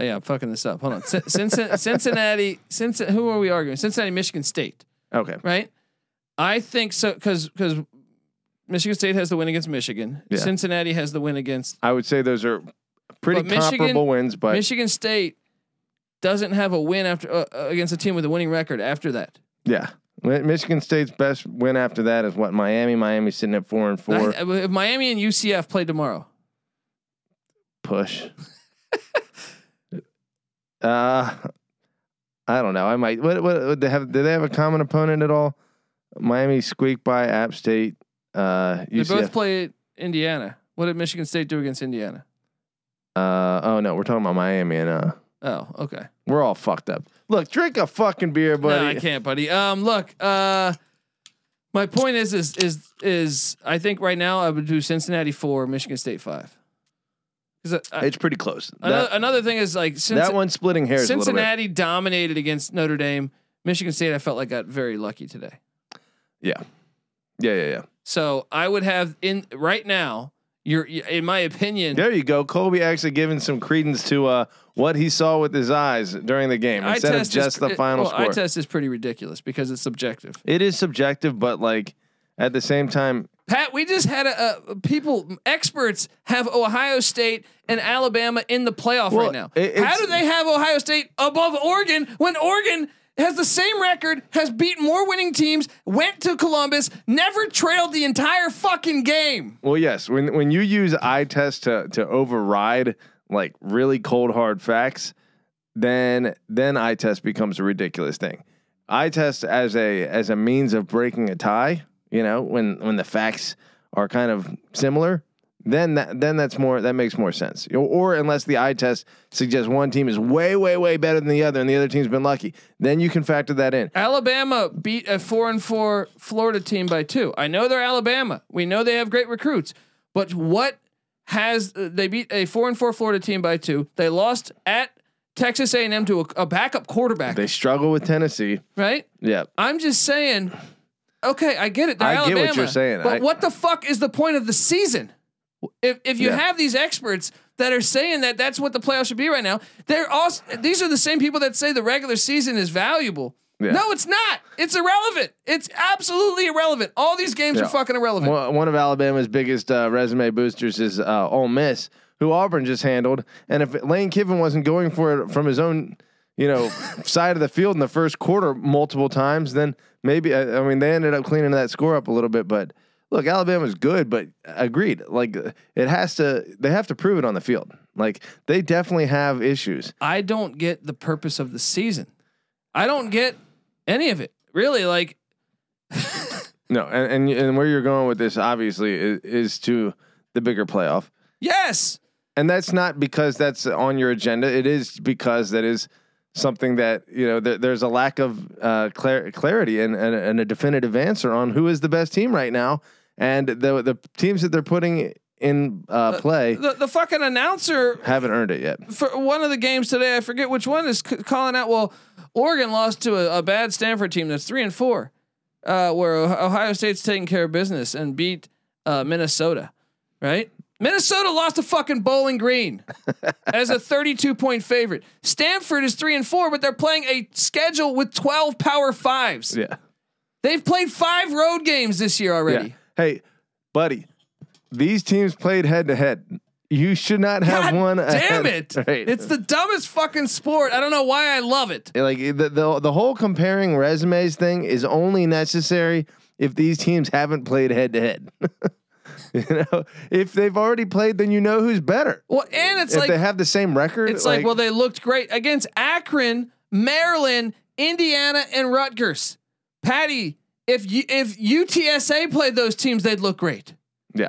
Speaker 1: Oh, yeah, I'm fucking this up. Hold on. Cin- Cincin- Cincinnati, Cincinnati. Who are we arguing? Cincinnati, Michigan State,
Speaker 2: Okay.
Speaker 1: right? I think so because because Michigan State has the win against Michigan.
Speaker 2: Yeah.
Speaker 1: Cincinnati has the win against
Speaker 2: I would say those are pretty
Speaker 1: But Michigan-
Speaker 2: comparable wins, but
Speaker 1: Michigan State doesn't have a win after uh, uh, against a team with a winning record after that.
Speaker 2: yeah. Mi- Michigan State's best win after that is what Miami. Miami's sitting at four and four.
Speaker 1: I- if Miami and UCF play tomorrow,
Speaker 2: push. uh I don't know. I might. What? What? what they have? Do they have a common opponent at all? Miami squeaked by App State. Uh,
Speaker 1: they
Speaker 2: UCF.
Speaker 1: both play Indiana. What did Michigan State do against Indiana?
Speaker 2: uh, oh no, we're talking about Miami, and uh,
Speaker 1: Oh, okay.
Speaker 2: we're all fucked up. Look, drink a fucking beer,
Speaker 1: No, I
Speaker 2: buddy.
Speaker 1: can't, buddy. Um, look, uh, my point is, is, is, is I think right now I would do Cincinnati four, Michigan State five. Because
Speaker 2: it's pretty close.
Speaker 1: another,
Speaker 2: That,
Speaker 1: another thing is like Cinci-
Speaker 2: that one's splitting hairs a little
Speaker 1: uh,
Speaker 2: bit.
Speaker 1: Cincinnati dominated against Notre Dame. Michigan State, I felt like got very lucky today.
Speaker 2: Yeah, yeah, yeah.
Speaker 1: So I would have in right now. You're in my opinion.
Speaker 2: There you go. Colby actually giving some credence to uh, what he saw with his eyes during the game
Speaker 1: I
Speaker 2: instead of
Speaker 1: test is
Speaker 2: just
Speaker 1: pr-
Speaker 2: the final
Speaker 1: well,
Speaker 2: score.
Speaker 1: I test is pretty ridiculous because it's subjective.
Speaker 2: It is subjective, but like At the same time,
Speaker 1: Pat, we just had a, a people experts have Ohio State and Alabama in the playoff
Speaker 2: Well,
Speaker 1: right now.
Speaker 2: it-
Speaker 1: How
Speaker 2: it's-
Speaker 1: do they have Ohio State above Oregon when Oregon has the same record, has beaten more winning teams, went to Columbus, never trailed the entire fucking game?
Speaker 2: well, yes, when when you use eye test to to override like really cold hard facts, then then eye test becomes a ridiculous thing. Eye test as a as a means of breaking a tie, you know, when when the facts are kind of similar, then that then that's more that makes more sense. Or, or unless the eye test suggests one team is way way way better than the other and the other team's been lucky, then you can factor that in.
Speaker 1: Alabama beat a four and four Florida team by two. I know they're Alabama. We know they have great recruits, but what has uh, they beat a four and four Florida team by two? They lost at Texas A and M to a, a backup quarterback,
Speaker 2: They struggle with Tennessee.
Speaker 1: right?
Speaker 2: Yeah.
Speaker 1: I'm just saying. Okay, I get it. They're
Speaker 2: I get what
Speaker 1: Alabama,
Speaker 2: you're saying.
Speaker 1: but
Speaker 2: I-
Speaker 1: what the fuck is the point of the season? If if you
Speaker 2: Yeah.
Speaker 1: have these experts that are saying that that's what the playoffs should be right now, they're also these are the same people that say the regular season is valuable.
Speaker 2: Yeah.
Speaker 1: No, it's not. It's irrelevant. It's absolutely irrelevant. All these games
Speaker 2: Yeah.
Speaker 1: are fucking irrelevant.
Speaker 2: One, one of Alabama's biggest uh, resume boosters is uh, Ole Miss, who Auburn just handled. And if Lane Kiffin wasn't going for it from his own, you know, side of the field in the first quarter multiple times, then maybe I, I mean they ended up cleaning that score up a little bit. But look, Alabama's good, but agreed, like it has to. They have to prove it on the field. Like they definitely have issues.
Speaker 1: I don't get the purpose of the season. I don't get any of it. Really, like
Speaker 2: No, and and, and where you're going with this obviously is, is to the bigger playoff.
Speaker 1: yes,
Speaker 2: and that's not because that's on your agenda. It is because that is something that you know there, there's a lack of uh, clar- clarity and, and and a definitive answer on who is the best team right now, and the the teams that they're putting in uh, play
Speaker 1: the the fucking announcer
Speaker 2: haven't earned it yet.
Speaker 1: for one of the games today, I forget which one is c- calling out. Well, Oregon lost to a, a bad Stanford team that's three and four, uh, where Oh- Ohio State's taking care of business and beat uh, Minnesota. Right? Minnesota lost to fucking Bowling Green as a 32 point favorite. Stanford is three and four, but they're playing a schedule with 12 Power Fives.
Speaker 2: Yeah,
Speaker 1: They've played five road games this year already.
Speaker 2: yeah. Hey, buddy, these teams played head to head. You should not have
Speaker 1: God
Speaker 2: one.
Speaker 1: damn
Speaker 2: ahead-
Speaker 1: it!
Speaker 2: Right.
Speaker 1: It's the dumbest fucking sport. I don't know why I love it.
Speaker 2: like the, the the whole comparing resumes thing is only necessary if these teams haven't played head to head. You know, if they've already played, then you know who's better.
Speaker 1: Well, and it's
Speaker 2: if
Speaker 1: like
Speaker 2: they have the same record,
Speaker 1: It's like, well, they looked great against Akron, Maryland, Indiana, and Rutgers. Patty, if you, if UTSA played those teams, they'd look great.
Speaker 2: yeah,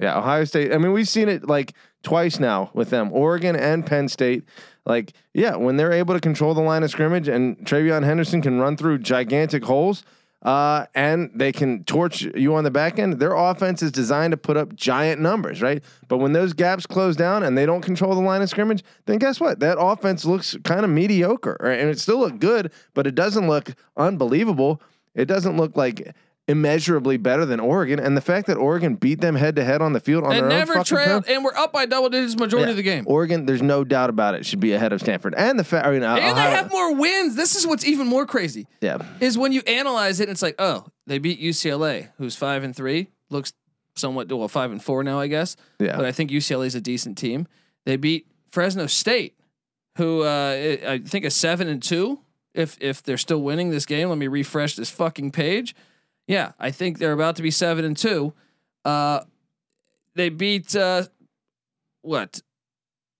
Speaker 2: yeah. Ohio State. I mean, we've seen it like twice now with them, Oregon and Penn State. Like, yeah, when they're able to control the line of scrimmage and Travion Henderson can run through gigantic holes. Uh, and they can torch you on the back end. Their offense is designed to put up giant numbers, right? But when those gaps close down and they don't control the line of scrimmage, then guess what? That offense looks kind of mediocre, right? And it still looked good, but it doesn't look unbelievable. It doesn't look like immeasurably better than Oregon. And the fact that Oregon beat them head to head on the field on
Speaker 1: And
Speaker 2: their own
Speaker 1: never
Speaker 2: fucking
Speaker 1: trailed,
Speaker 2: turf-
Speaker 1: and we're up by double digits majority of the game.
Speaker 2: Oregon, there's no doubt about it, should be ahead of Stanford. And the fact, I mean, uh,
Speaker 1: and
Speaker 2: Ohio-
Speaker 1: they have more wins. This is what's even more crazy
Speaker 2: yeah,
Speaker 1: is when you analyze it. and It's like, oh, they beat UCLA, who's five and three, looks somewhat well five and four now, I guess.
Speaker 2: yeah.
Speaker 1: but I think UCLA is a decent team. They beat Fresno State, who uh, I I think a seven and two. If if they're still winning this game, let me refresh this fucking page. Yeah, I think they're about to be seven and two. Uh, they beat uh, what?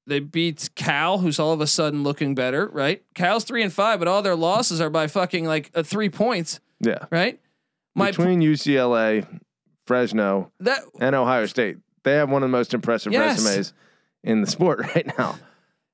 Speaker 1: They beat Cal, who's all of a sudden looking better, right? Cal's three and five, but all their losses are by fucking like uh, three points,
Speaker 2: yeah.
Speaker 1: right? My po-
Speaker 2: Between UCLA, Fresno,
Speaker 1: that
Speaker 2: and Ohio State, they have one of the most impressive
Speaker 1: Yes.
Speaker 2: resumes in the sport right now.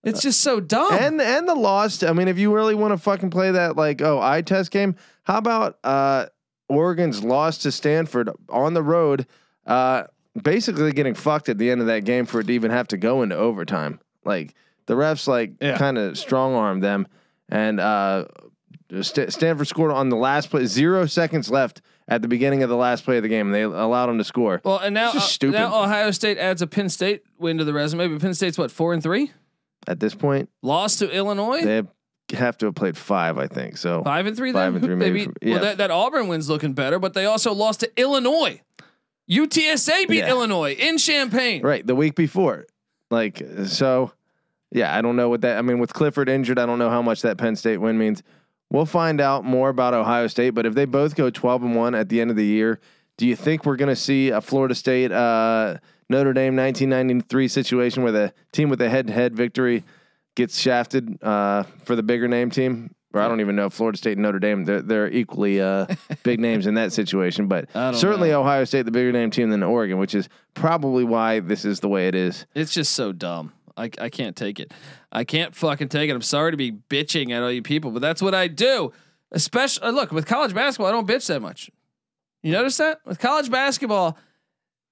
Speaker 1: it's just so dumb.
Speaker 2: and and the lost. I mean, if you really want to fucking play that like oh eye test game, how about uh Oregon's loss to Stanford on the road, uh basically getting fucked at the end of that game for it to even have to go into overtime. Like the refs like
Speaker 1: Yeah.
Speaker 2: kind of strong armed them, and uh St- Stanford scored on the last play, zero seconds left at the beginning of the last play of the game, and they allowed them to score.
Speaker 1: Well, and now,
Speaker 2: It's just
Speaker 1: uh,
Speaker 2: stupid.
Speaker 1: now Ohio State adds a Penn State win to the resume, but Penn State's what four and three,
Speaker 2: At this point,
Speaker 1: lost to Illinois.
Speaker 2: they have have to have played five, I think. So
Speaker 1: Five and three.
Speaker 2: Five
Speaker 1: then?
Speaker 2: and three,
Speaker 1: Who they
Speaker 2: maybe
Speaker 1: beat?
Speaker 2: for- yeah.
Speaker 1: Well, that, that Auburn win's looking better, but they also lost to Illinois. UTSA beat
Speaker 2: Yeah.
Speaker 1: Illinois in Champaign.
Speaker 2: right the week before, like so, yeah. I don't know what that. I mean, with Clifford injured, I don't know how much that Penn State win means. We'll find out more about Ohio State, but if they both go twelve and one at the end of the year, do you think we're going to see a Florida State, uh, Notre Dame, nineteen ninety three situation where the team with a head to head victory gets shafted uh, for the bigger name team? Or I don't even know if Florida State and Notre Dame they're they're equally uh, big names in that situation, but
Speaker 1: I don't
Speaker 2: certainly
Speaker 1: know.
Speaker 2: Ohio State the bigger name team than Oregon, which is probably why this is the way it is.
Speaker 1: It's just so dumb. I, I can't take it. I can't fucking take it. I'm sorry to be bitching at all you people, but that's what I do. Especially uh, look with college basketball, I don't bitch that much. You notice that with college basketball,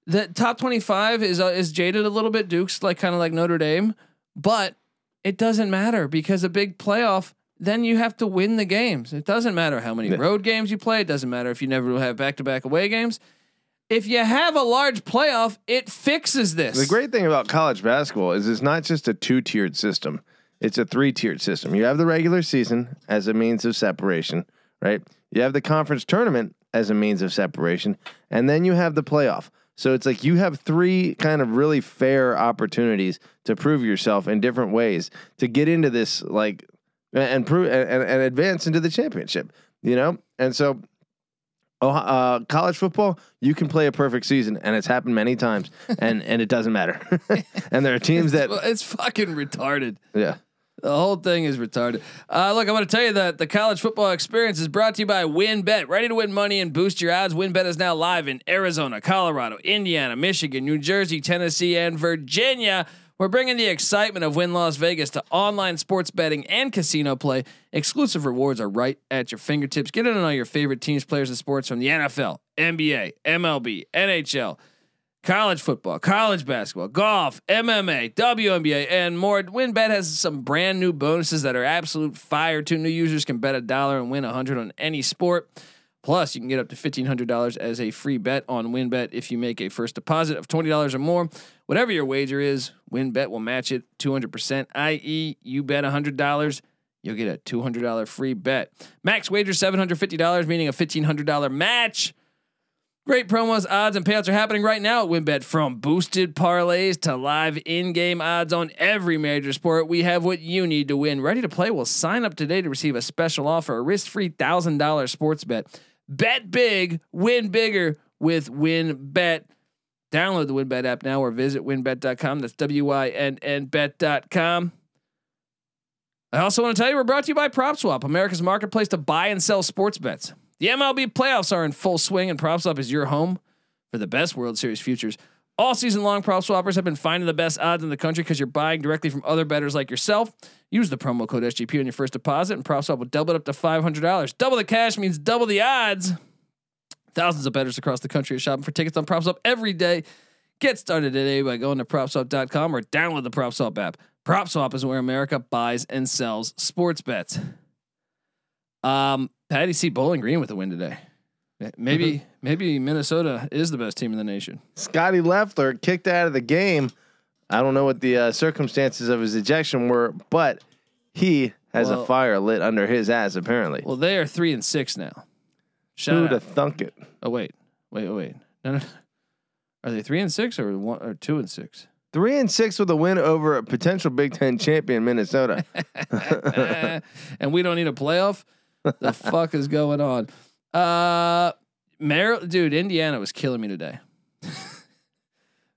Speaker 1: the top 25 is uh, is jaded a little bit. Duke's like kind of like Notre Dame, but it doesn't matter because a big playoff. Then you have to win the games. It doesn't matter how many
Speaker 2: Yeah.
Speaker 1: road games you play. It doesn't matter if you never have back to back away games. If you have a large playoff, it fixes this.
Speaker 2: The great thing about college basketball is it's not just a two tiered system, it's a three tiered system. You have the regular season as a means of separation, right? You have the conference tournament as a means of separation, and then you have the playoff. So it's like you have three kind of really fair opportunities to prove yourself in different ways to get into this, like, and- and prove and, and- and advance into the championship, you know? And so Oh, uh, college football, you can play a perfect season, and it's happened many times, and and it doesn't matter. and there are teams that,
Speaker 1: Well, it's fucking retarded.
Speaker 2: yeah,
Speaker 1: The whole thing is retarded. Uh, look, I'm going to tell you that the college football experience is brought to you by WinBet. Ready to win money and boost your odds? WinBet is now live in Arizona, Colorado, Indiana, Michigan, New Jersey, Tennessee, and Virginia. We're bringing the excitement of Win Las Vegas to online sports betting and casino play. Exclusive rewards are right at your fingertips. Get in on all your favorite teams, players, and sports from the NFL, NBA, MLB, NHL college football, college basketball, golf, MMA, WNBA, and more. WinBet has some brand new bonuses that are absolute fire. Two new users can bet a dollar and win a hundred on any sport. Plus, you can get up to fifteen hundred dollars as a free bet on WinBet if you make a first deposit of twenty dollars or more. Whatever your wager is, WinBet will match it two hundred percent. I.e., you bet hundred dollars. You'll get a $200 free bet. Max wager $750, meaning a $1,500 match. Great promos, odds, and payouts are happening right now at WinBet. From boosted parlays to live in-game odds on every major sport, we have what you need to win. Ready to play? Well, sign up today to receive a special offer: a risk-free thousand dollar sports bet. Bet big, win bigger with WinBet. Download the WinBet app now or visit winbet.com. That's W-I-N-N bet.com. I also want to tell you we're brought to you by PropSwap, America's marketplace to buy and sell sports bets. The MLB playoffs are in full swing, and PropSwap is your home for the best World Series futures. All season long, PropSwappers have been finding the best odds in the country because you're buying directly from other bettors like yourself. Use the promo code SGP on your first deposit, and PropSwap will double it up to $500. Double the cash means double the odds. Thousands of bettors across the country are shopping for tickets on PropSwap every day. Get started today by going to propswap.com or download the PropSwap app. PropSwap is where America buys and sells sports bets. Um, Patty C. Bowling Green with a win today. Maybe maybe Minnesota is the best team in the nation.
Speaker 2: Scotty Leffler kicked out of the game. I don't know what the uh, circumstances of his ejection were, but he has
Speaker 1: Well-
Speaker 2: a fire lit under his ass apparently.
Speaker 1: Well, they are three and six now. Shout
Speaker 2: Who'd
Speaker 1: out.
Speaker 2: have thunk it?
Speaker 1: oh wait, wait, oh, wait. No, no. no. Are they three and six or one or two and six?
Speaker 2: Three and six with a win over a potential Big Ten champion Minnesota.
Speaker 1: Eh, and we don't need a playoff. The fuck is going on? Uh, Maryland, dude, Indiana was killing me today.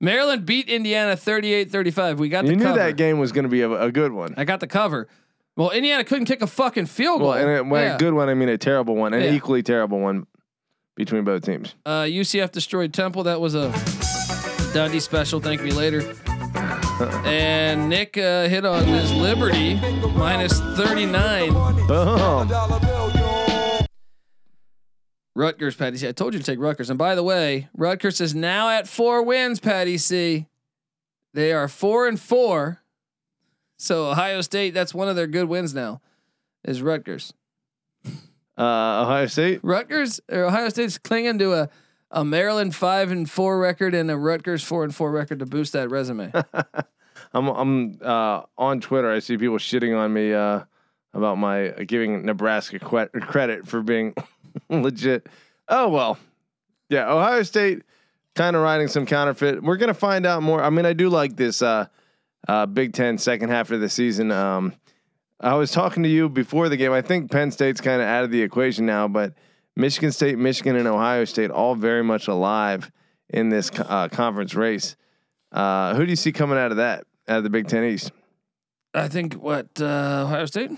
Speaker 1: Maryland beat Indiana 38-35. We got
Speaker 2: you
Speaker 1: the
Speaker 2: knew
Speaker 1: cover.
Speaker 2: that game was going to be a, a good one.
Speaker 1: I got the cover. Well, Indiana couldn't kick a fucking field goal.
Speaker 2: Well, and it, when
Speaker 1: Yeah.
Speaker 2: a good one, I mean a terrible one, an
Speaker 1: Yeah.
Speaker 2: equally terrible one between both teams.
Speaker 1: Uh, UCF destroyed Temple. That was a Dundee special. Thank me later. and Nick uh, hit on his Liberty minus 39. Uh,
Speaker 2: Boom.
Speaker 1: Rutgers, Patty C. I told you to take Rutgers. And by the way, Rutgers is now at four wins, Patty C. They are four and four. So Ohio State, that's one of their good wins now, is Rutgers.
Speaker 2: Uh, Ohio State.
Speaker 1: Rutgers or Ohio State's clinging to a, a Maryland five and four record and a Rutgers four and four record to boost that resume.
Speaker 2: I'm I'm uh, on Twitter. I see people shitting on me uh, about my giving Nebraska que- credit for being legit. Oh well, yeah. Ohio State kind of riding some counterfeit. We're gonna find out more. I mean, I do like this uh, uh, Big Ten second half of the season. Um, I was talking to you before the game. I think Penn State's kind of out of the equation now, but Michigan State, Michigan, and Ohio State all very much alive in this co- uh, conference race. Uh, who do you see coming out of that out of the Big Ten East?
Speaker 1: I think what uh, Ohio State.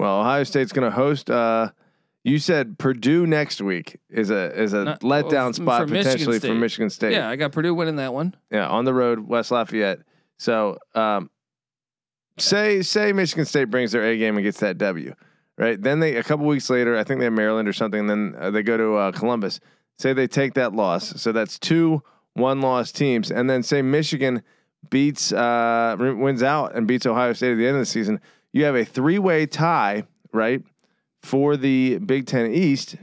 Speaker 2: Well, Ohio State's going to host. Uh, you said Purdue next week is a is a
Speaker 1: Not- well,
Speaker 2: letdown
Speaker 1: f-
Speaker 2: spot
Speaker 1: for Michigan
Speaker 2: potentially for
Speaker 1: State.
Speaker 2: Michigan State.
Speaker 1: yeah, I got Purdue winning that one.
Speaker 2: Yeah, on the road, West Lafayette. So, um, say say Michigan State brings their A game and gets that W, right? Then they a couple weeks later, I think they have Maryland or something. And then uh, they go to uh, Columbus. Say they take that loss, so that's two one loss teams. And then say Michigan beats uh, r- wins out and beats Ohio State at the end of the season. You have a three way tie, right, for the Big Ten East.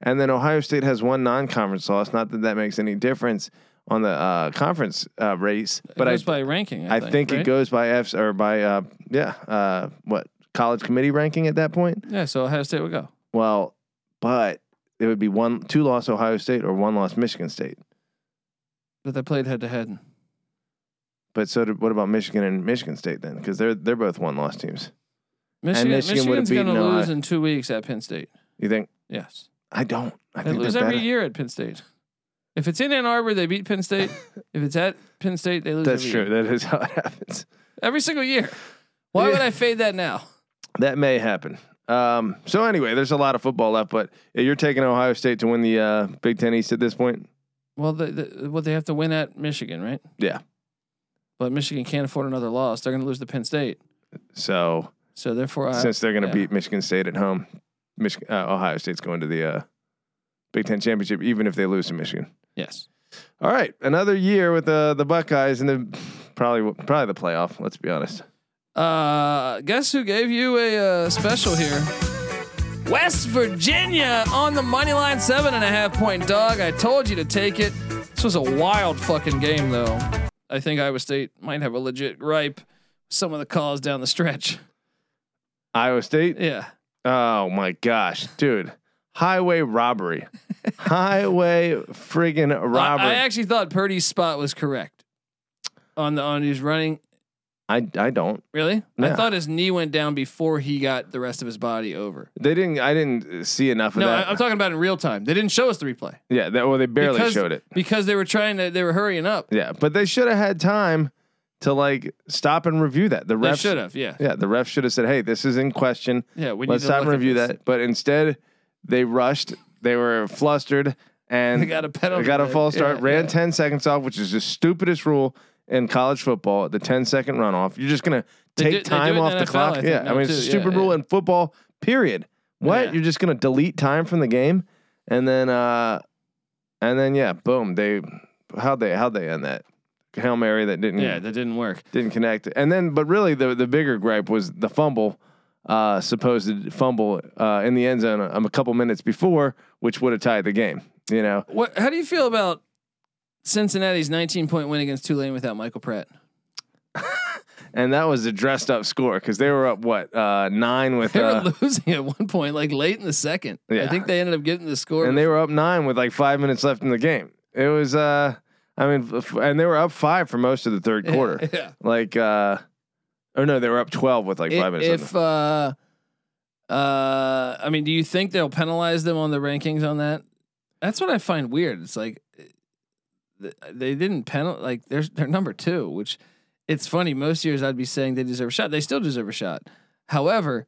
Speaker 2: And then Ohio State has one non conference loss. Not that that makes any difference on the uh, conference uh, race,
Speaker 1: But
Speaker 2: but I
Speaker 1: goes by ranking. I,
Speaker 2: I think, it
Speaker 1: right?
Speaker 2: goes by F's or by uh, yeah, uh, what college committee ranking at that point.
Speaker 1: Yeah, so Ohio State would go.
Speaker 2: Well, but it would be one two loss Ohio State or one loss Michigan State.
Speaker 1: But they played head to head.
Speaker 2: But so did, what about Michigan and Michigan State then? Because they're they're both one loss teams.
Speaker 1: Michigan,
Speaker 2: Michigan would've
Speaker 1: Michigan's going to
Speaker 2: beaten uh,
Speaker 1: lose
Speaker 2: Ohio.
Speaker 1: in two weeks at Penn State.
Speaker 2: You think?
Speaker 1: Yes,
Speaker 2: I don't. I
Speaker 1: they
Speaker 2: think
Speaker 1: lose
Speaker 2: they're
Speaker 1: every
Speaker 2: better.
Speaker 1: year at Penn State. If it's in Ann Arbor, they beat Penn State. if it's at Penn State, they lose.
Speaker 2: That's
Speaker 1: every
Speaker 2: true.
Speaker 1: year.
Speaker 2: That is how it happens.
Speaker 1: Every single year. Why
Speaker 2: Yeah.
Speaker 1: would I fade that now?
Speaker 2: That may happen. Um, so anyway, there's a lot of football left, but you're taking Ohio State to win the uh, Big Ten East at this point.
Speaker 1: Well, the, the, what they have to win at Michigan, right?
Speaker 2: Yeah.
Speaker 1: But Michigan can't afford another loss. They're going to lose to Penn State.
Speaker 2: So
Speaker 1: So therefore, I,
Speaker 2: since they're going to
Speaker 1: yeah.
Speaker 2: beat Michigan State at home, Mich- uh, Ohio State's going to the uh, Big Ten championship, even if they lose to Michigan.
Speaker 1: yes,
Speaker 2: All right, another year with uh, the Buckeyes and the probably probably the playoff. Let's be honest.
Speaker 1: Uh, guess who gave you a uh, special here? West Virginia on the money line, seven and a half point dog. I told you to take it. This was a wild fucking game, though. I think Iowa State might have a legit gripe. Some of the calls down the stretch.
Speaker 2: Iowa State.
Speaker 1: Yeah,
Speaker 2: Oh my gosh, dude! Highway robbery, highway friggin' robbery.
Speaker 1: I, I actually thought Purdy's spot was correct on the on his running.
Speaker 2: I I don't.
Speaker 1: Really? I
Speaker 2: Yeah.
Speaker 1: thought his knee went down before he got the rest of his body over.
Speaker 2: They didn't. I didn't see enough of
Speaker 1: No,
Speaker 2: that.
Speaker 1: I, I'm talking about in real time. They didn't show us the replay.
Speaker 2: yeah, that, well, they barely
Speaker 1: Because-
Speaker 2: showed it.
Speaker 1: because they were trying to they were hurrying up.
Speaker 2: Yeah, but they should have had time to like stop and review that. The
Speaker 1: They
Speaker 2: refs
Speaker 1: should have, yeah,
Speaker 2: Yeah, the ref should have said, "Hey, this is in question.
Speaker 1: yeah. We
Speaker 2: Let's
Speaker 1: need to
Speaker 2: stop and
Speaker 1: look at
Speaker 2: review
Speaker 1: this.
Speaker 2: that." But instead, they rushed. They were flustered and
Speaker 1: They got a penalty.
Speaker 2: they got a
Speaker 1: there.
Speaker 2: false start.
Speaker 1: Yeah,
Speaker 2: ran
Speaker 1: yeah.
Speaker 2: ten seconds off, which is the stupidest rule in college football. The 10 second runoff. You're just gonna
Speaker 1: They do-
Speaker 2: take
Speaker 1: they do it
Speaker 2: time
Speaker 1: in
Speaker 2: off
Speaker 1: the
Speaker 2: the
Speaker 1: NFL, I
Speaker 2: clock.
Speaker 1: think,
Speaker 2: yeah,
Speaker 1: now,
Speaker 2: I mean it's
Speaker 1: too.
Speaker 2: a
Speaker 1: Yeah,
Speaker 2: stupid
Speaker 1: yeah.
Speaker 2: rule in football. Period. What?
Speaker 1: Yeah.
Speaker 2: You're just gonna delete time from the game, and then uh, and then yeah, boom. They how'd they how'd they end that hail mary that didn't
Speaker 1: Yeah, that didn't work.
Speaker 2: didn't connect. And then, but really, the the bigger gripe was the fumble, uh, supposed fumble uh, in the end zone um, a couple minutes before, which would have tied the game. You know,
Speaker 1: What? How do you feel about Cincinnati's 19 point win against Tulane without Michael Pratt?
Speaker 2: and that was a dressed up score because they were up what uh, nine with,
Speaker 1: They
Speaker 2: uh,
Speaker 1: were losing at one point, like late in the second. I
Speaker 2: Yeah.
Speaker 1: think they ended up getting the score.
Speaker 2: and they were up nine with like five minutes left in the game. It was, uh, I mean, f- and they were up five for most of the third
Speaker 1: before-
Speaker 2: quarter.
Speaker 1: Yeah.
Speaker 2: Like, uh, or no, they were up twelve with like five
Speaker 1: I-
Speaker 2: minutes. left.
Speaker 1: If uh, uh, I mean, do you think they'll penalize them on the rankings on that? That's what I find weird. It's like th- they didn't penal like they're they're number two, which it's funny. Most years I'd be saying they deserve a shot. They still deserve a shot. However,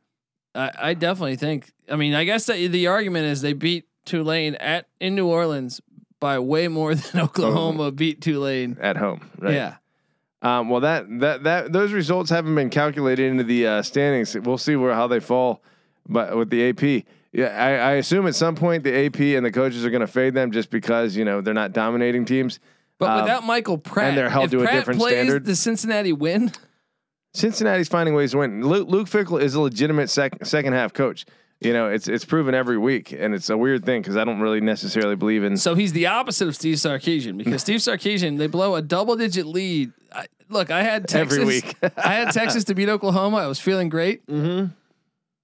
Speaker 1: I, I definitely think. I mean, I guess that the argument is they beat Tulane at in New Orleans by way more than Oklahoma beat Tulane.
Speaker 2: at home, Oh. right?
Speaker 1: Yeah,
Speaker 2: Um, well, that that that those results haven't been calculated into the uh, standings. We'll see where how they fall, but with the AP, yeah, I, I assume at some point the AP and the coaches are going to fade them just because you know they're not dominating teams.
Speaker 1: but
Speaker 2: Um,
Speaker 1: without Michael Pratt,
Speaker 2: they're held
Speaker 1: if
Speaker 2: to a
Speaker 1: Pratt
Speaker 2: different
Speaker 1: plays,
Speaker 2: standard.
Speaker 1: The Cincinnati win.
Speaker 2: Cincinnati's finding ways to win. Luke, Luke Fickle is a legitimate sec, second half coach. You know, it's it's proven every week, and it's a weird thing because I don't really necessarily believe in.
Speaker 1: So he's the opposite of Steve Sarkeesian because Steve Sarkeesian they blow a double digit lead. I, look, I had Texas
Speaker 2: Every week.
Speaker 1: I had Texas to beat Oklahoma. I was feeling great.
Speaker 2: Mm-hmm.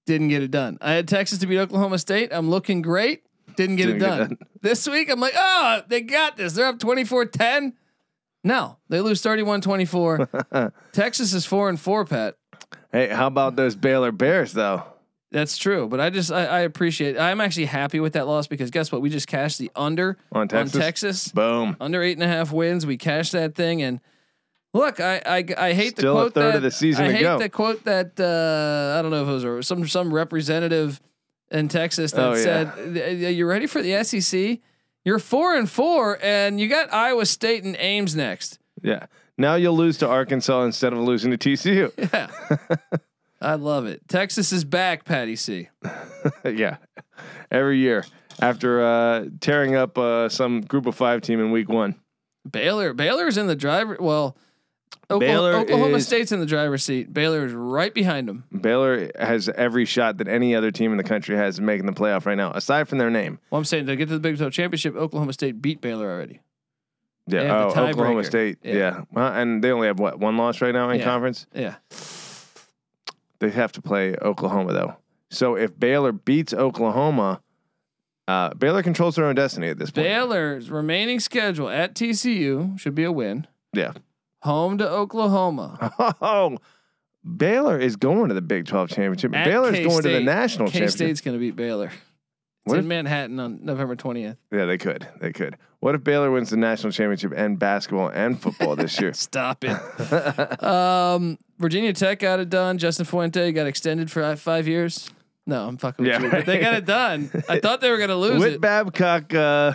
Speaker 1: Didn't get it done. I had Texas to beat Oklahoma State. I'm looking great. Didn't get
Speaker 2: Didn't
Speaker 1: it
Speaker 2: get
Speaker 1: done.
Speaker 2: done.
Speaker 1: This week, I'm like, oh, they got this. They're up 24 10. No, they lose 31 24. Texas is four and four, Pat.
Speaker 2: Hey, how about those Baylor Bears though?
Speaker 1: That's true, but I just I, I appreciate. I'm actually happy with that loss because guess what? We just cashed the under
Speaker 2: On Texas.
Speaker 1: on Texas
Speaker 2: Boom.
Speaker 1: under eight and a half wins. We cashed that thing, and look, I I, I hate
Speaker 2: Still a
Speaker 1: to quote
Speaker 2: third
Speaker 1: that
Speaker 2: of the season
Speaker 1: I
Speaker 2: to
Speaker 1: hate
Speaker 2: go.
Speaker 1: to quote that uh, I don't know if it was some some representative in Texas that
Speaker 2: Oh, yeah.
Speaker 1: said, "Are you ready for the SEC? You're four and four, and you got Iowa State and Ames next."
Speaker 2: Yeah. Now you'll lose to Arkansas instead of losing to TCU.
Speaker 1: Yeah, I love it. Texas is back, Patty C.
Speaker 2: Uh, yeah. Every year after uh, tearing up uh, some group of five team in week one.
Speaker 1: Baylor. Baylor's in the driver. Well, Oklahoma,
Speaker 2: Baylor
Speaker 1: Oklahoma
Speaker 2: is-
Speaker 1: State's in the driver's seat. Baylor is right behind them.
Speaker 2: Baylor has every shot that any other team in the country has in making the playoff right now, aside from their name.
Speaker 1: Well, I'm saying to get to the Big 12 championship, Oklahoma State beat Baylor already.
Speaker 2: Yeah.
Speaker 1: They have the
Speaker 2: oh, Oklahoma
Speaker 1: tiebreaker.
Speaker 2: State.
Speaker 1: Yeah.
Speaker 2: Yeah. Well, and they only have what one loss right now in
Speaker 1: Yeah.
Speaker 2: conference.
Speaker 1: Yeah.
Speaker 2: They have to play Oklahoma though. So if Baylor beats Oklahoma, uh, Baylor controls their own destiny at this point.
Speaker 1: Baylor's remaining schedule at TCU should be a win.
Speaker 2: Yeah.
Speaker 1: Home to Oklahoma.
Speaker 2: Oh, Baylor is going to the Big 12 championship.
Speaker 1: At
Speaker 2: Baylor's going to the
Speaker 1: K-State.
Speaker 2: national
Speaker 1: K
Speaker 2: championship.
Speaker 1: State's going to beat Baylor. It's
Speaker 2: What
Speaker 1: in
Speaker 2: if-
Speaker 1: Manhattan on November 20th.
Speaker 2: Yeah, they could. They could. What if Baylor wins the national championship and basketball and football this year?
Speaker 1: Stop it. um, Virginia Tech got it done. Justin Fuente got extended for uh, five years. No, I'm fucking with
Speaker 2: Yeah,
Speaker 1: you. But they got it done. I thought they were going to lose
Speaker 2: Whit
Speaker 1: it.
Speaker 2: Babcock uh,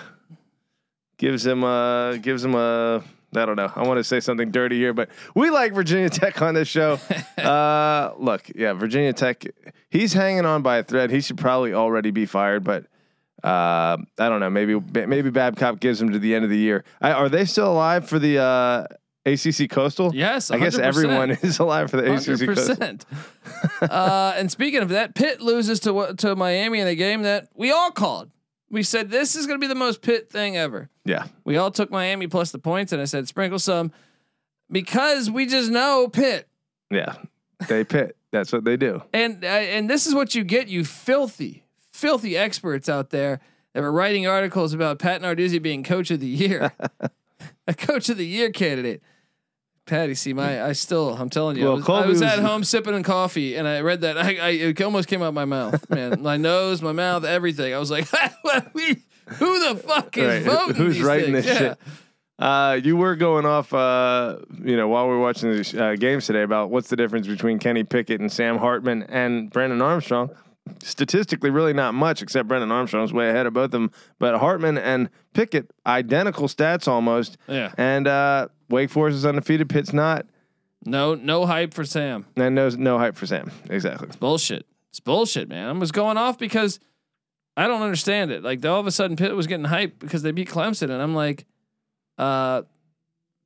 Speaker 2: gives him uh, gives him a I don't know. I want to say something dirty here, but we like Virginia Tech on this show. uh, look, yeah, Virginia Tech. He's hanging on by a thread. He should probably already be fired, but uh, I don't know. Maybe maybe Babcock gives him to the end of the year. I, are they still alive for the uh, ACC Coastal?
Speaker 1: Yes,
Speaker 2: I guess
Speaker 1: 100%.
Speaker 2: everyone is alive for the ACC
Speaker 1: Hundred
Speaker 2: Coastal.
Speaker 1: percent. Uh, and speaking of that, Pitt loses to wa- to Miami in a game that we all called. We said this is going to be the most Pitt thing ever.
Speaker 2: Yeah.
Speaker 1: We all took Miami plus the points, and I said sprinkle some because we just know Pitt.
Speaker 2: Yeah. They pit. That's what they do.
Speaker 1: And uh, and this is what you get, you filthy, filthy experts out there that were writing articles about Pat Narduzzi being coach of the year, a coach of the year candidate. Patty, see my, I still, I'm telling you,
Speaker 2: Well,
Speaker 1: I, was,
Speaker 2: Colby
Speaker 1: I was
Speaker 2: was-
Speaker 1: at home sipping on coffee, and I read that. I, I it almost came out my mouth, man, my nose, my mouth, everything. I was like, we, who the fuck is
Speaker 2: Right.
Speaker 1: voting?
Speaker 2: Who's
Speaker 1: these
Speaker 2: writing
Speaker 1: things?
Speaker 2: this
Speaker 1: Yeah.
Speaker 2: shit? Uh, you were going off, uh, you know, while we were watching the sh- uh, games today about what's the difference between Kenny Pickett and Sam Hartman and Brandon Armstrong. Statistically, really not much, except Brandon Armstrong's way ahead of both of them. But Hartman and Pickett, identical stats almost.
Speaker 1: Yeah.
Speaker 2: And uh, Wake Forest is undefeated, Pitt's not.
Speaker 1: No, no hype for Sam.
Speaker 2: And no, no hype for Sam. Exactly.
Speaker 1: bullshit. It's bullshit, man. I was going off because I don't understand it. Like all of a sudden, Pitt was getting hyped because they beat Clemson, and I'm like, uh,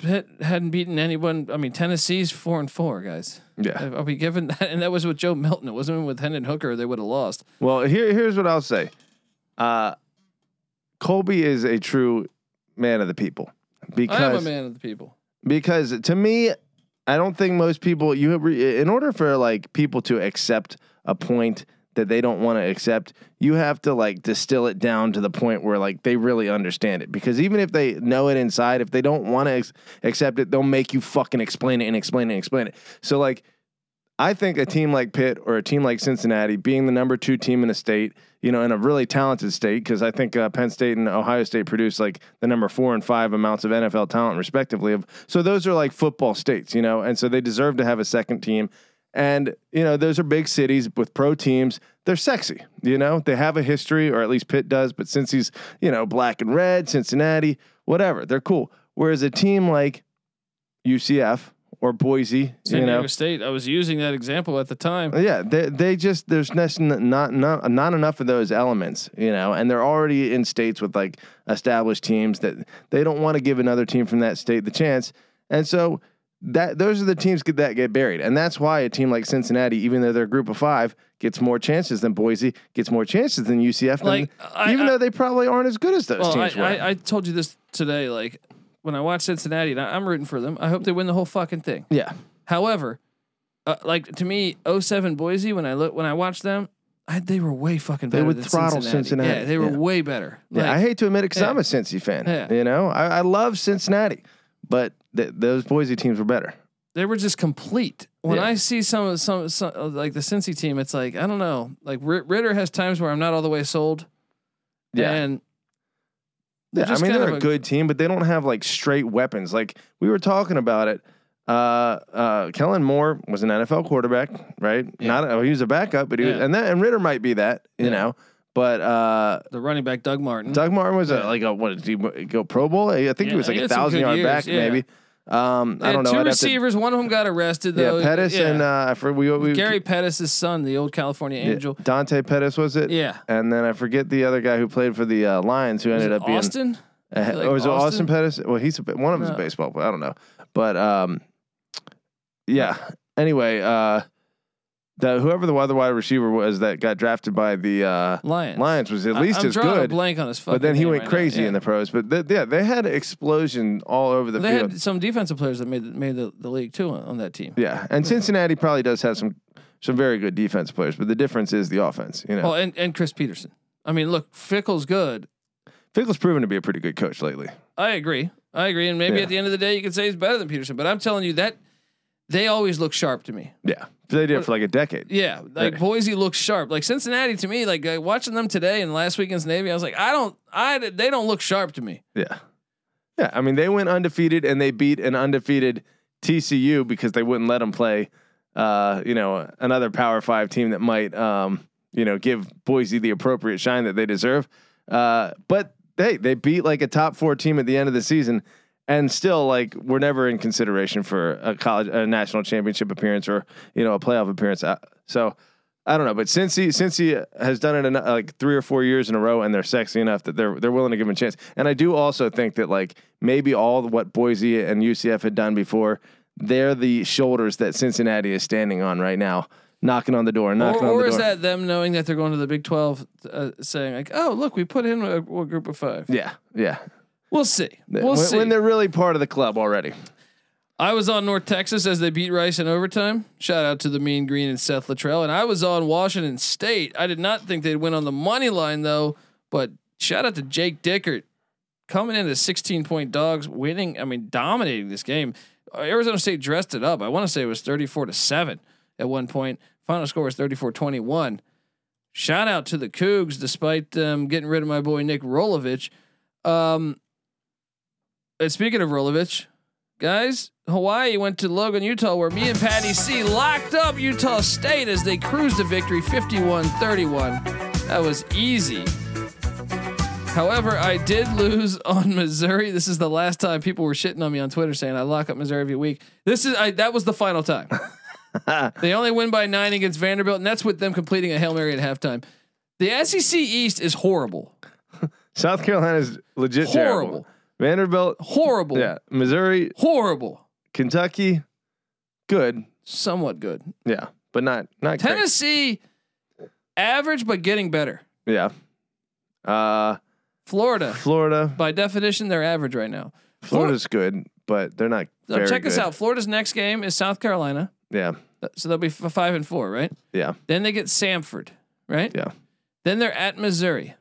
Speaker 1: Pitt hadn't beaten anyone. I mean, Tennessee's four and four, guys.
Speaker 2: Yeah.
Speaker 1: Are we given that? And that was with Joe Milton. It wasn't even with Hendon Hooker. They would have lost.
Speaker 2: Well, here, here's what I'll say. Uh, Colby is a true man of the people because
Speaker 1: I am a man of the people.
Speaker 2: because to me i don't think most people you have re, in order for like people to accept a point that they don't want to accept you have to like distill it down to the point where like they really understand it because even if they know it inside if they don't want to ex- accept it they'll make you fucking explain it and explain it and explain it so like I think a team like Pitt or a team like Cincinnati, being the number two team in a state, you know, in a really talented state, because I think uh, Penn State and Ohio State produce like the number four and five amounts of NFL talent, respectively. Of so those are like football states, you know, and so they deserve to have a second team. And you know, those are big cities with pro teams. They're sexy, you know. They have a history, or at least Pitt does. But since he's you know black and red, Cincinnati, whatever, they're cool. Whereas a team like UCF or Boise,
Speaker 1: San
Speaker 2: you know,
Speaker 1: Diego State. I was using that example at the time.
Speaker 2: yeah, they they just there's nes- not not not enough of those elements, you know, and they're already in states with like established teams that they don't want to give another team from that state the chance, and so that those are the teams get, that get buried, and that's why a team like Cincinnati, even though they're a group of five, gets more chances than Boise, gets more chances than UCF, than-
Speaker 1: Like, I-
Speaker 2: even
Speaker 1: I-
Speaker 2: though they probably aren't as good as those
Speaker 1: Well, I,
Speaker 2: teams were.
Speaker 1: I, I told you this today. Like when I watched Cincinnati, and I, I'm rooting for them. I hope they win the whole fucking thing.
Speaker 2: yeah,
Speaker 1: oh However, uh, like to me, 07 Boise when I look when I watch them, I, they were way fucking
Speaker 2: They
Speaker 1: better.
Speaker 2: would
Speaker 1: than
Speaker 2: throttle Cincinnati.
Speaker 1: Yeah, they were
Speaker 2: Yeah.
Speaker 1: way better.
Speaker 2: yeah, I
Speaker 1: Like,
Speaker 2: hate to admit it because
Speaker 1: yeah.
Speaker 2: I'm a Cincy fan.
Speaker 1: Yeah.
Speaker 2: You know, I, I love Cincinnati, but th- those Boise teams were better.
Speaker 1: they were just complete. When
Speaker 2: Yeah.
Speaker 1: I see some of some, some of, like the Cincy team, it's like I don't know. Like R- Ritter has times where I'm not all the way sold.
Speaker 2: Yeah.
Speaker 1: and
Speaker 2: Yeah, I
Speaker 1: just
Speaker 2: mean
Speaker 1: kind
Speaker 2: they're
Speaker 1: of
Speaker 2: a
Speaker 1: a-
Speaker 2: good team, but they don't have like straight weapons. Like we were talking about it. Uh, uh, Kellen Moore was an NFL quarterback, right?
Speaker 1: Yeah.
Speaker 2: Not oh, he was a backup, but he was,
Speaker 1: Yeah.
Speaker 2: and that and Ritter might be that, you
Speaker 1: Yeah.
Speaker 2: know. But uh,
Speaker 1: the running back Doug Martin.
Speaker 2: Doug Martin was a,
Speaker 1: Yeah.
Speaker 2: like a what did he go Pro Bowl? I think
Speaker 1: Yeah,
Speaker 2: he was like
Speaker 1: he
Speaker 2: a
Speaker 1: had some
Speaker 2: thousand
Speaker 1: good
Speaker 2: yard
Speaker 1: years,
Speaker 2: back,
Speaker 1: yeah.
Speaker 2: maybe. Um,
Speaker 1: They
Speaker 2: I
Speaker 1: had
Speaker 2: don't know.
Speaker 1: Two
Speaker 2: I'd have to-
Speaker 1: receivers. One of them got arrested though.
Speaker 2: yeah, Pettis
Speaker 1: Yeah.
Speaker 2: and uh, I for, we, we
Speaker 1: Gary Pettis' son, the old California
Speaker 2: yeah,
Speaker 1: Angel.
Speaker 2: Dante Pettis was it?
Speaker 1: Yeah.
Speaker 2: And then I forget the other guy who played for the uh, Lions, who
Speaker 1: Was
Speaker 2: ended
Speaker 1: it
Speaker 2: up being
Speaker 1: Austin?
Speaker 2: Uh,
Speaker 1: Is it, like,
Speaker 2: or was it Austin
Speaker 1: Austin?
Speaker 2: Pettis? Well, he's a, ba- one of them's
Speaker 1: No.
Speaker 2: a baseball player. I don't know, but um, yeah. Anyway, uh, the whoever the other wide receiver was that got drafted by the uh,
Speaker 1: Lions.
Speaker 2: Lions was at
Speaker 1: I-
Speaker 2: least
Speaker 1: I'm
Speaker 2: as
Speaker 1: drawing a
Speaker 2: good,
Speaker 1: blank on his fucking
Speaker 2: but then he
Speaker 1: name
Speaker 2: went
Speaker 1: right now.
Speaker 2: crazy
Speaker 1: Yeah.
Speaker 2: in the pros. But th- yeah, they had explosion all over the
Speaker 1: they
Speaker 2: field.
Speaker 1: had some defensive players that made made the, the league too on, on that team.
Speaker 2: yeah, and Cincinnati probably does have some some very good defense players, but the difference is the offense. You know,
Speaker 1: Oh, and, and Chris Peterson. I mean, look, Fickle's good.
Speaker 2: Fickle's proven to be a pretty good coach lately.
Speaker 1: I agree. I agree. And maybe
Speaker 2: Yeah.
Speaker 1: at the end of the day, you could say he's better than Peterson. But I'm telling you that they always look sharp to me.
Speaker 2: Yeah, they did it for like a decade.
Speaker 1: Yeah, like
Speaker 2: Right.
Speaker 1: Boise looks sharp. Like Cincinnati to me, like uh, watching them today and last weekend's Navy, I was like, I don't, I they don't look sharp to me.
Speaker 2: Yeah. Yeah. I mean, they went undefeated and they beat an undefeated TCU because they wouldn't let them play, uh, you know, another Power Five team that might, um, you know, give Boise the appropriate shine that they deserve. Uh, but hey, they beat like a top four team at the end of the season. And still, like, we're never in consideration for a college, a national championship appearance or, you know, a playoff appearance. Uh, So, I don't know, but since he since he has done it in, uh, like three or four years in a row, and they're sexy enough that they're they're willing to give him a chance. And I do also think that like maybe all of what Boise and UCF had done before, they're the shoulders that Cincinnati is standing on right now, knocking on the door, knocking
Speaker 1: Or,
Speaker 2: on the
Speaker 1: or
Speaker 2: door.
Speaker 1: is that them knowing that they're going to the Big Twelve, uh, saying like, oh look, we put in a, a group of five.
Speaker 2: yeah, yeah.
Speaker 1: We'll see. We'll
Speaker 2: when,
Speaker 1: see.
Speaker 2: when they're really part of the club already.
Speaker 1: I was on North Texas as they beat Rice in overtime. Shout out to the Mean Green and Seth Luttrell. And I was on Washington State. I did not think they'd win on the money line though. But shout out to Jake Dickert coming in as 16 point dogs, winning. I mean, dominating this game. Uh, Arizona State dressed it up. I want to say it was 34 to seven at one point. Final score was 34 21. Shout out to the Cougs, despite them getting rid of my boy Nick Rolovich. Um, and speaking of Rolovich, Guys, Hawaii went to Logan, Utah, where me and Patty C locked up Utah State as they cruised to victory 51 31. That was easy. However, I did lose on Missouri. This is the last time people were shitting on me on Twitter saying I lock up Missouri every week. This is I, that was the final time. they only win by nine against Vanderbilt, and that's with them completing a hail mary at halftime. The SEC East is horrible,
Speaker 2: South Carolina's legit
Speaker 1: horrible,
Speaker 2: terrible. Vanderbilt,
Speaker 1: horrible,
Speaker 2: yeah. Missouri,
Speaker 1: horrible.
Speaker 2: Kentucky, good,
Speaker 1: Somewhat good.
Speaker 2: yeah, but not not great.
Speaker 1: Tennessee, average but getting better.
Speaker 2: Yeah. Uh,
Speaker 1: Florida,
Speaker 2: Florida.
Speaker 1: by definition, they're average right now.
Speaker 2: Florida's good, but they're not.
Speaker 1: So
Speaker 2: very
Speaker 1: Oh, check this
Speaker 2: good.
Speaker 1: out. Florida's next game is South Carolina,
Speaker 2: Yeah,
Speaker 1: Th- so they'll be f- five and four, right?
Speaker 2: yeah,
Speaker 1: Then they get Samford, right?
Speaker 2: Yeah.
Speaker 1: Then they're at Missouri,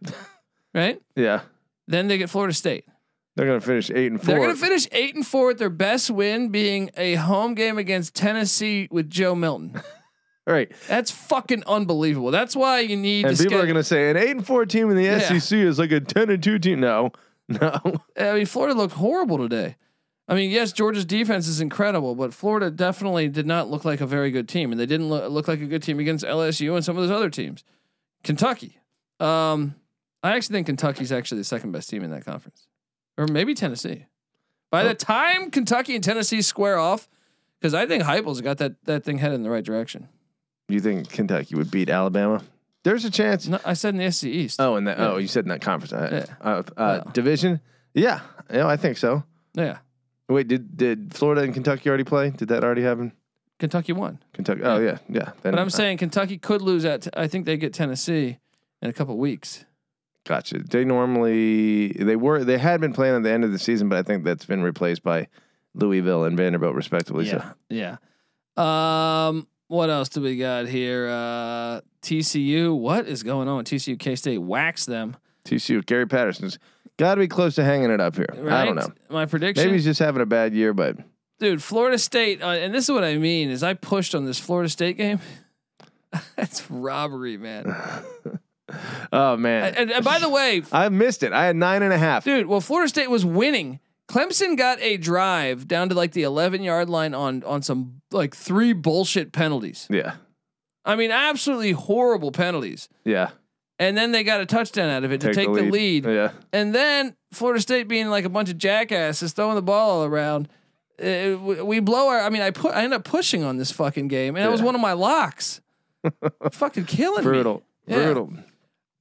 Speaker 1: right?
Speaker 2: yeah.
Speaker 1: Then they get Florida State.
Speaker 2: They're gonna finish eight and 4
Speaker 1: They're going to finish eight and four with their best win being a home game against Tennessee with Joe Milton.
Speaker 2: All right,
Speaker 1: That's fucking unbelievable. That's why you need
Speaker 2: and
Speaker 1: to.
Speaker 2: people
Speaker 1: schedule-
Speaker 2: are gonna say an eight and four team in the
Speaker 1: Yeah.
Speaker 2: SEC is like a ten and two team. No, no.
Speaker 1: I mean, Florida looked horrible today. I mean, yes, Georgia's defense is incredible, but Florida definitely did not look like a very good team, and they didn't look, look like a good team against LSU and some of those other teams. Kentucky, um, I actually think Kentucky's actually the second best team in that conference, or maybe Tennessee. By
Speaker 2: Oh.
Speaker 1: the time Kentucky and Tennessee square off, because I think Heupel's got that that thing headed in the right direction.
Speaker 2: You think Kentucky would beat Alabama? There's a chance.
Speaker 1: No, I said in the SC East.
Speaker 2: Oh, and that.
Speaker 1: Yeah.
Speaker 2: Oh, you said in that conference. Uh,
Speaker 1: Yeah. Oh.
Speaker 2: uh, uh,
Speaker 1: Yeah.
Speaker 2: Division. Yeah, yeah, I think so.
Speaker 1: Yeah,
Speaker 2: Wait, did did Florida and Kentucky already play? Did that already happen?
Speaker 1: Kentucky won.
Speaker 2: Kentucky. Oh yeah, yeah. Then,
Speaker 1: But I'm
Speaker 2: uh,
Speaker 1: saying Kentucky could lose at. I think they get Tennessee in a couple weeks.
Speaker 2: Gotcha. They normally they were they had been playing at the end of the season, but I think that's been replaced by Louisville and Vanderbilt respectively.
Speaker 1: Yeah. Yeah. Um, what else do we got here? Uh, TCU. What is going on? with TCU K State wax them.
Speaker 2: TCU, Gary Patterson's got to be close to hanging it up here.
Speaker 1: Right?
Speaker 2: I don't know.
Speaker 1: My prediction.
Speaker 2: Maybe he's just having a bad year, but
Speaker 1: dude florida state uh, and this is what i mean is i pushed on this florida state game that's robbery man
Speaker 2: oh man,
Speaker 1: and, and by the way
Speaker 2: I missed it. I had nine and a half.
Speaker 1: dude well florida state was winning clemson got a drive down to like the 11 yard line on on some like three bullshit penalties
Speaker 2: Yeah,
Speaker 1: i mean absolutely horrible penalties
Speaker 2: yeah.
Speaker 1: and then they got a touchdown out of it to take the lead,
Speaker 2: Yeah,
Speaker 1: and then florida state being like a bunch of jackasses throwing the ball all around Uh, we- we blow our. I mean, I put. I end up pushing on this fucking game, and it was
Speaker 2: Yeah.
Speaker 1: one of my locks. fucking killing me.
Speaker 2: brutal,
Speaker 1: Yeah.
Speaker 2: brutal.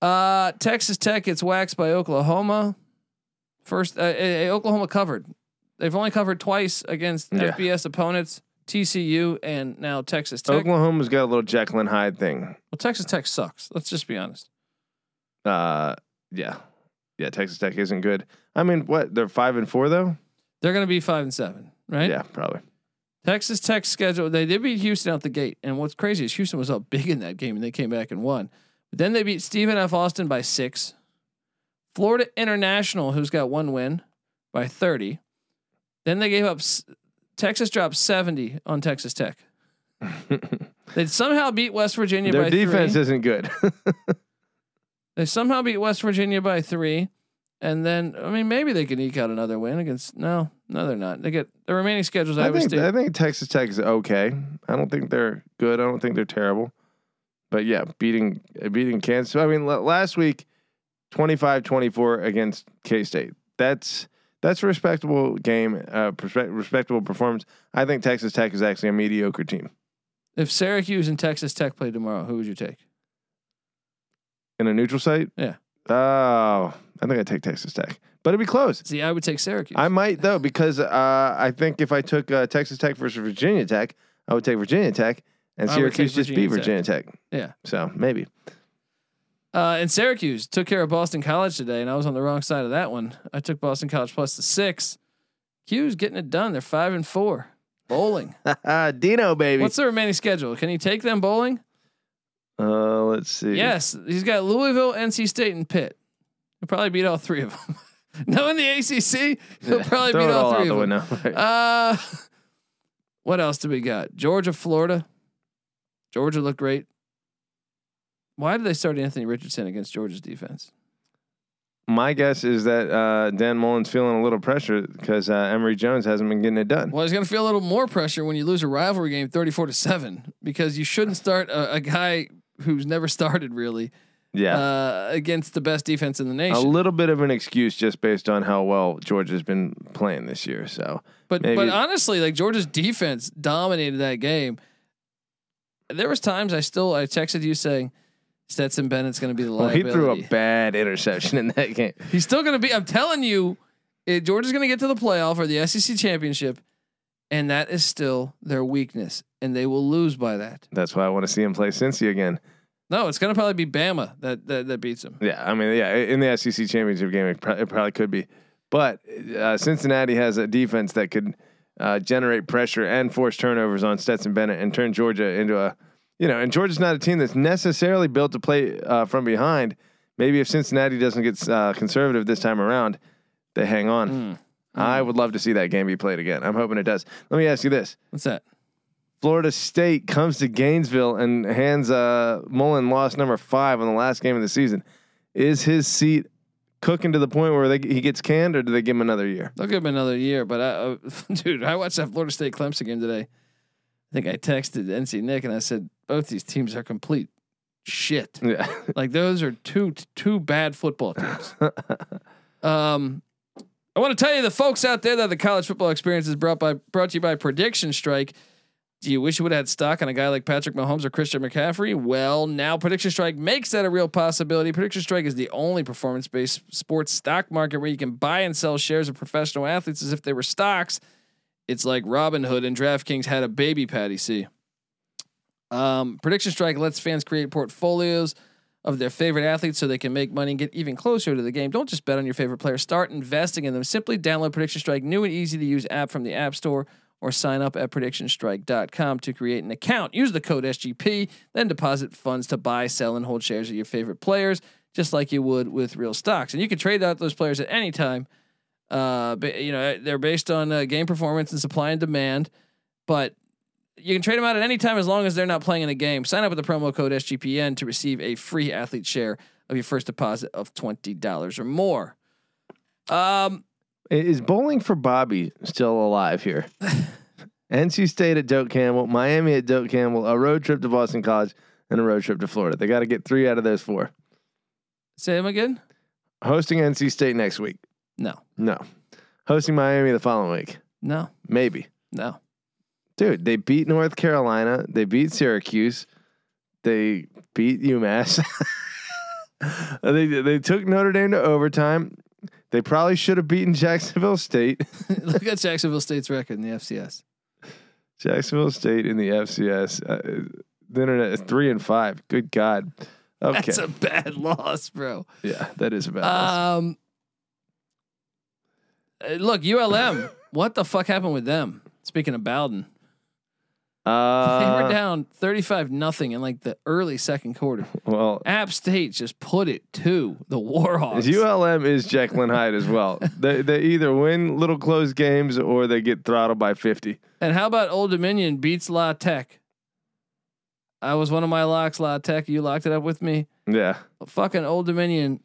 Speaker 1: Uh, Texas Tech gets waxed by Oklahoma. First, uh, eh, eh, Oklahoma covered. They've only covered twice against
Speaker 2: Yeah.
Speaker 1: FBS opponents, TCU and now Texas Tech.
Speaker 2: Oklahoma's got a little Jekyll and Hyde thing.
Speaker 1: Well, Texas Tech sucks. Let's just be honest.
Speaker 2: Uh, yeah, yeah. Texas Tech isn't good. I mean, what? They're five and four though.
Speaker 1: They're going to be five and seven, right?
Speaker 2: Yeah, probably.
Speaker 1: Texas Tech schedule. They did beat Houston out the gate, and what's crazy is Houston was up big in that game, and they came back and won. But then they beat Stephen F. Austin by six. Florida International, who's got one win, by thirty. Then they gave up. s- Texas dropped seventy on Texas Tech. they somehow beat West Virginia by
Speaker 2: Their defense
Speaker 1: three.
Speaker 2: isn't good.
Speaker 1: They somehow beat West Virginia by three, and then I mean maybe they can eke out another win against. No, no, they're not. They get the remaining schedules.
Speaker 2: I
Speaker 1: Iowa
Speaker 2: think
Speaker 1: State.
Speaker 2: I think Texas Tech is okay. I don't think they're good. I don't think they're terrible. But yeah, beating uh, beating Kansas. I mean, l- last week 25-24 against K-State. That's that's a respectable game, uh, perspe- respectable performance. I think Texas Tech is actually a mediocre team
Speaker 1: If Syracuse and Texas Tech play tomorrow, who would you take?
Speaker 2: in a neutral site.
Speaker 1: Yeah.
Speaker 2: Oh, I think I take Texas Tech, but it'd be close.
Speaker 1: See, I would take Syracuse.
Speaker 2: I might though because uh, I think if I took uh, Texas Tech versus Virginia Tech, I would take Virginia Tech, and
Speaker 1: I would
Speaker 2: Syracuse
Speaker 1: take
Speaker 2: just beat
Speaker 1: Virginia
Speaker 2: Virginia Tech.
Speaker 1: Yeah.
Speaker 2: So maybe.
Speaker 1: uh, and Syracuse took care of Boston College today, and I was on the wrong side of that one. I took Boston College plus the six. Q's getting it done. They're five and four. Bowling.
Speaker 2: Dino baby.
Speaker 1: What's the remaining schedule? Can he take them bowling?
Speaker 2: uh, let's see.
Speaker 1: Yes. He's got Louisville, NC State, and Pitt. He'll probably beat all three of them. Knowing the ACC, he'll probably
Speaker 2: Throw
Speaker 1: beat
Speaker 2: it all
Speaker 1: all
Speaker 2: out
Speaker 1: three
Speaker 2: the
Speaker 1: of them.
Speaker 2: window. Right.
Speaker 1: Uh, what else do we got? Georgia, Florida. Georgia looked great. Why did they start Anthony Richardson against Georgia's defense?
Speaker 2: My guess is that uh, Dan Mullen's feeling a little pressure because uh, Emory Jones hasn't been getting it done.
Speaker 1: Well, he's going to feel a little more pressure when you lose a rivalry game 34 to 7 because you shouldn't start a, a guy who's never started really
Speaker 2: Yeah.
Speaker 1: uh, against the best defense in the
Speaker 2: a
Speaker 1: nation.
Speaker 2: little bit of an excuse just based on how well Georgia's been playing this year. So
Speaker 1: But but
Speaker 2: maybe-
Speaker 1: honestly, like Georgia's defense dominated that game. There was times I still I texted you saying Stetson Bennett's going to be the
Speaker 2: well, he
Speaker 1: liability.
Speaker 2: threw a bad interception in that game.
Speaker 1: He's still going to be. I'm telling you, it, Georgia's going to get to the playoff or the SEC championship, and that is still their weakness, and they will lose by that.
Speaker 2: That's why I want to see him play Cincy again.
Speaker 1: No, it's going to probably be Bama that that, that beats them.
Speaker 2: Yeah, I mean, yeah, i- in the SEC championship game, it, pro- it probably could be, but uh, Cincinnati has a defense that could uh, generate pressure and force turnovers on Stetson Bennett and turn Georgia into a, you know, and Georgia's not a team that's necessarily built to play uh, from behind. Maybe if Cincinnati doesn't get uh, conservative this time around, they hang on. I would love to see that game be played again. I'm hoping it does. Let me ask you this:
Speaker 1: What's that?
Speaker 2: Florida State comes to Gainesville and hands uh, Mullen loss number five on the last game of the season. Is his seat cooking to the point where they, he gets canned, or do they give him another year?
Speaker 1: They'll give him another year, but I, uh, dude, I watched that Florida State Clemson game today. I think I texted NC Nick and I said both these teams are complete shit.
Speaker 2: Yeah,
Speaker 1: Like those are two two bad football teams. um, I want to tell you the folks out there that the college football experience is brought by brought to you by Prediction Strike. Do you wish you would have had stock on a guy like Patrick Mahomes or Christian McCaffrey? Well, now Prediction Strike makes that a real possibility. Prediction Strike is the only performance based sports stock market where you can buy and sell shares of professional athletes as if they were stocks. It's like Robinhood and DraftKings had a baby Patty C. Um, Prediction Strike lets fans create portfolios of their favorite athletes so they can make money and get even closer to the game. Don't just bet on your favorite player. Start investing in them. Simply download Prediction Strike, new and easy to use app from the App Store or sign up at predictionstrike.com to create an account. Use the code SGP, then deposit funds to buy, sell, and hold shares of your favorite players, just like you would with real stocks. And you can trade out those players at any time. Uh, ba- you know, they're based on uh, game performance and supply and demand, but you can trade them out at any time as long as they're not playing in a game. Sign up with the promo code SGPN to receive a free athlete share of your first deposit of twenty dollars or more. Um,
Speaker 2: I- Is bowling for Bobby still alive here? NC State at Doak Campbell, Miami at Doak Campbell, a road trip to Boston College, and a road trip to Florida. They got to get three out of those four.
Speaker 1: say them again.
Speaker 2: Hosting NC State next week.
Speaker 1: No,
Speaker 2: No. Hosting Miami the following week.
Speaker 1: no,
Speaker 2: Maybe.
Speaker 1: no.
Speaker 2: Dude, they beat North Carolina. They beat Syracuse. They beat UMass. they they took Notre Dame to overtime. They probably should have beaten Jacksonville State.
Speaker 1: Look at Jacksonville State's record in the FCS.
Speaker 2: Jacksonville State in the FCS. Uh, the internet is three and five. Good God. Okay.
Speaker 1: That's a bad loss, bro.
Speaker 2: yeah, that is about us.
Speaker 1: Um, uh, look, ULM. what the fuck happened with them? Speaking of Bowden, they
Speaker 2: Uh,
Speaker 1: were down thirty-five nothing in like the early second quarter.
Speaker 2: Well,
Speaker 1: App State just put it to the Warhawks.
Speaker 2: ULM is Jekyll and Hyde as well. they, they either win little close games or they get throttled by 50.
Speaker 1: And how about Old Dominion beats La Tech? I was one of my locks, La Tech. You locked it up with me.
Speaker 2: Yeah.
Speaker 1: Fucking Old Dominion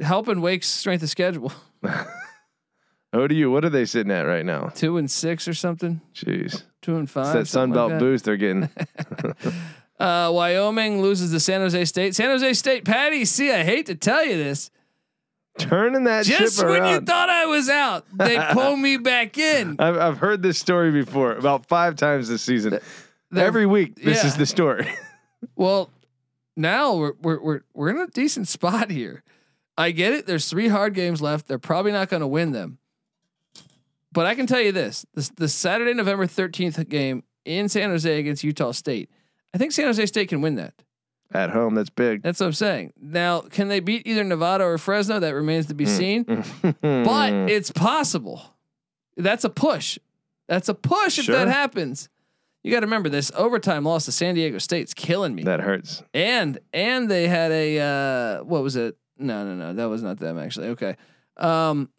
Speaker 1: helping Wake's strength of schedule.
Speaker 2: ODU, what are they sitting at right now?
Speaker 1: Two and six or something.
Speaker 2: Jeez.
Speaker 1: Two and
Speaker 2: It's
Speaker 1: five.
Speaker 2: that
Speaker 1: something
Speaker 2: Sunbelt
Speaker 1: like that.
Speaker 2: boost they're getting.
Speaker 1: Uh, Wyoming loses to San Jose State. San Jose State, Patty, see, I hate to tell you this.
Speaker 2: Turning that
Speaker 1: Just
Speaker 2: ship
Speaker 1: when
Speaker 2: around.
Speaker 1: you thought I was out, they pull me back in.
Speaker 2: I've, I've heard this story before about five times this season.
Speaker 1: they're-
Speaker 2: Every week, this
Speaker 1: yeah.
Speaker 2: is the story.
Speaker 1: Well, now we're we're we're we're in a decent spot here. I get it. There's three hard games left. They're probably not going to win them. But I can tell you this: this the Saturday, November 13th game in San Jose against Utah State. I think San Jose State can win that.
Speaker 2: At home, that's big.
Speaker 1: That's what I'm saying. Now, can they beat either Nevada or Fresno? That remains to be
Speaker 2: Mm.
Speaker 1: seen.
Speaker 2: Mm-hmm.
Speaker 1: But
Speaker 2: but
Speaker 1: it's possible. That's a push. That's a push if
Speaker 2: Sure.
Speaker 1: that happens. You got to remember this overtime loss to San Diego State's killing me.
Speaker 2: that hurts.
Speaker 1: And and they had a uh what was it? No, no, no, that was not them actually. Okay. Um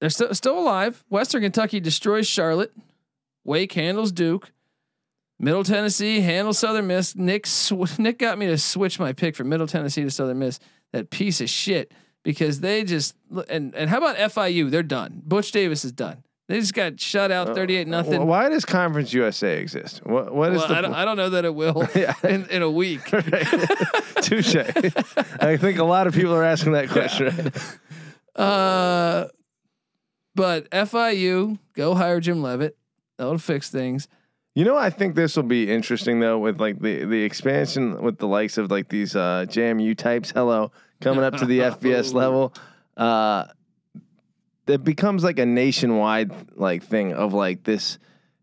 Speaker 1: they're still still alive. Western Kentucky destroys Charlotte. Wake handles Duke. Middle Tennessee handles Southern Miss. Nick sw- Nick got me to switch my pick from Middle Tennessee to Southern Miss. That piece of shit because they just and and how about FIU? They're done. Butch Davis is done. They just got shut out 38
Speaker 2: Wh-
Speaker 1: nothing.
Speaker 2: Why does Conference USA exist? What, Uh, what is
Speaker 1: Well,
Speaker 2: the
Speaker 1: I, don't, I don't know that it will
Speaker 2: Yeah.
Speaker 1: in, in a week.
Speaker 2: Touche. I think a lot of people are asking that question. right now.
Speaker 1: Uh, but FIU, go hire Jim Levitt. That'll fix things.
Speaker 2: You know, I think this will be interesting though, with like the the expansion with the likes of like these uh, JMU types. Hello, coming up to the FBS level. Uh, that becomes like a nationwide like thing of like this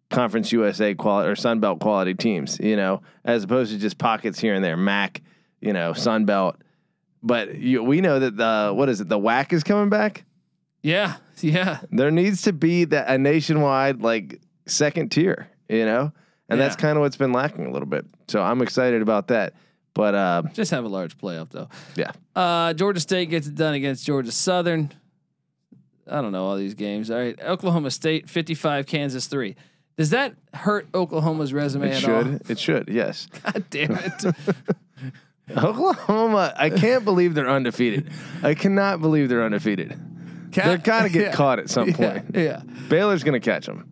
Speaker 2: Conference USA quality or Sun Belt quality teams. You know, as opposed to just pockets here and there. MAC, you know, Sun Belt. But you, we know that the what is it? The WAC is coming back.
Speaker 1: Yeah, yeah.
Speaker 2: There needs to be that a nationwide like second tier, you know, and that's
Speaker 1: Yeah.
Speaker 2: kind of what's been lacking a little bit. So I'm excited about that. But uh,
Speaker 1: Just have a large playoff though.
Speaker 2: yeah,
Speaker 1: Uh, Georgia State gets it done against Georgia Southern. I don't know all these games. All right, Oklahoma State fifty-five, Kansas three. Does that hurt Oklahoma's resume
Speaker 2: it
Speaker 1: at
Speaker 2: should.
Speaker 1: all?
Speaker 2: It should. Yes,
Speaker 1: God damn it!
Speaker 2: Oklahoma. I can't believe they're undefeated. I cannot believe they're undefeated. They're gonna get caught at some point.
Speaker 1: Yeah,
Speaker 2: Baylor's gonna catch them.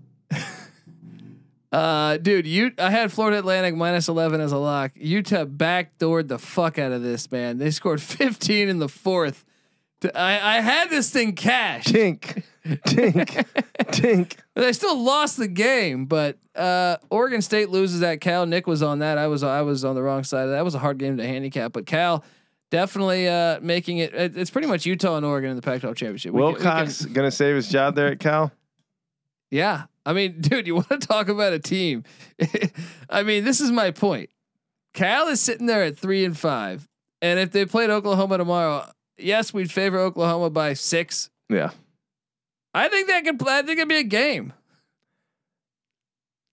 Speaker 1: Uh, dude, you I had Florida Atlantic minus eleven as a lock. Utah backdoored the fuck out of this man. They scored fifteen in the fourth. T- I, I had this thing cashed.
Speaker 2: Tink, tink, tink.
Speaker 1: They still lost the game, but uh, Oregon State loses that. Cal Nick was on that. I was I was on the wrong side of that. That was a hard game to handicap, but Cal definitely uh, making it. it- It's pretty much Utah and Oregon in the Pac-12 championship. We can- we can-
Speaker 2: Wilcox gonna save his job there at Cal.
Speaker 1: Yeah. I mean, dude, you want to talk about a team? I mean, this is my point. Cal is sitting there at three and five, and if they played Oklahoma tomorrow, yes, we'd favor Oklahoma by six.
Speaker 2: Yeah.
Speaker 1: I think that could. I think it'd be a game.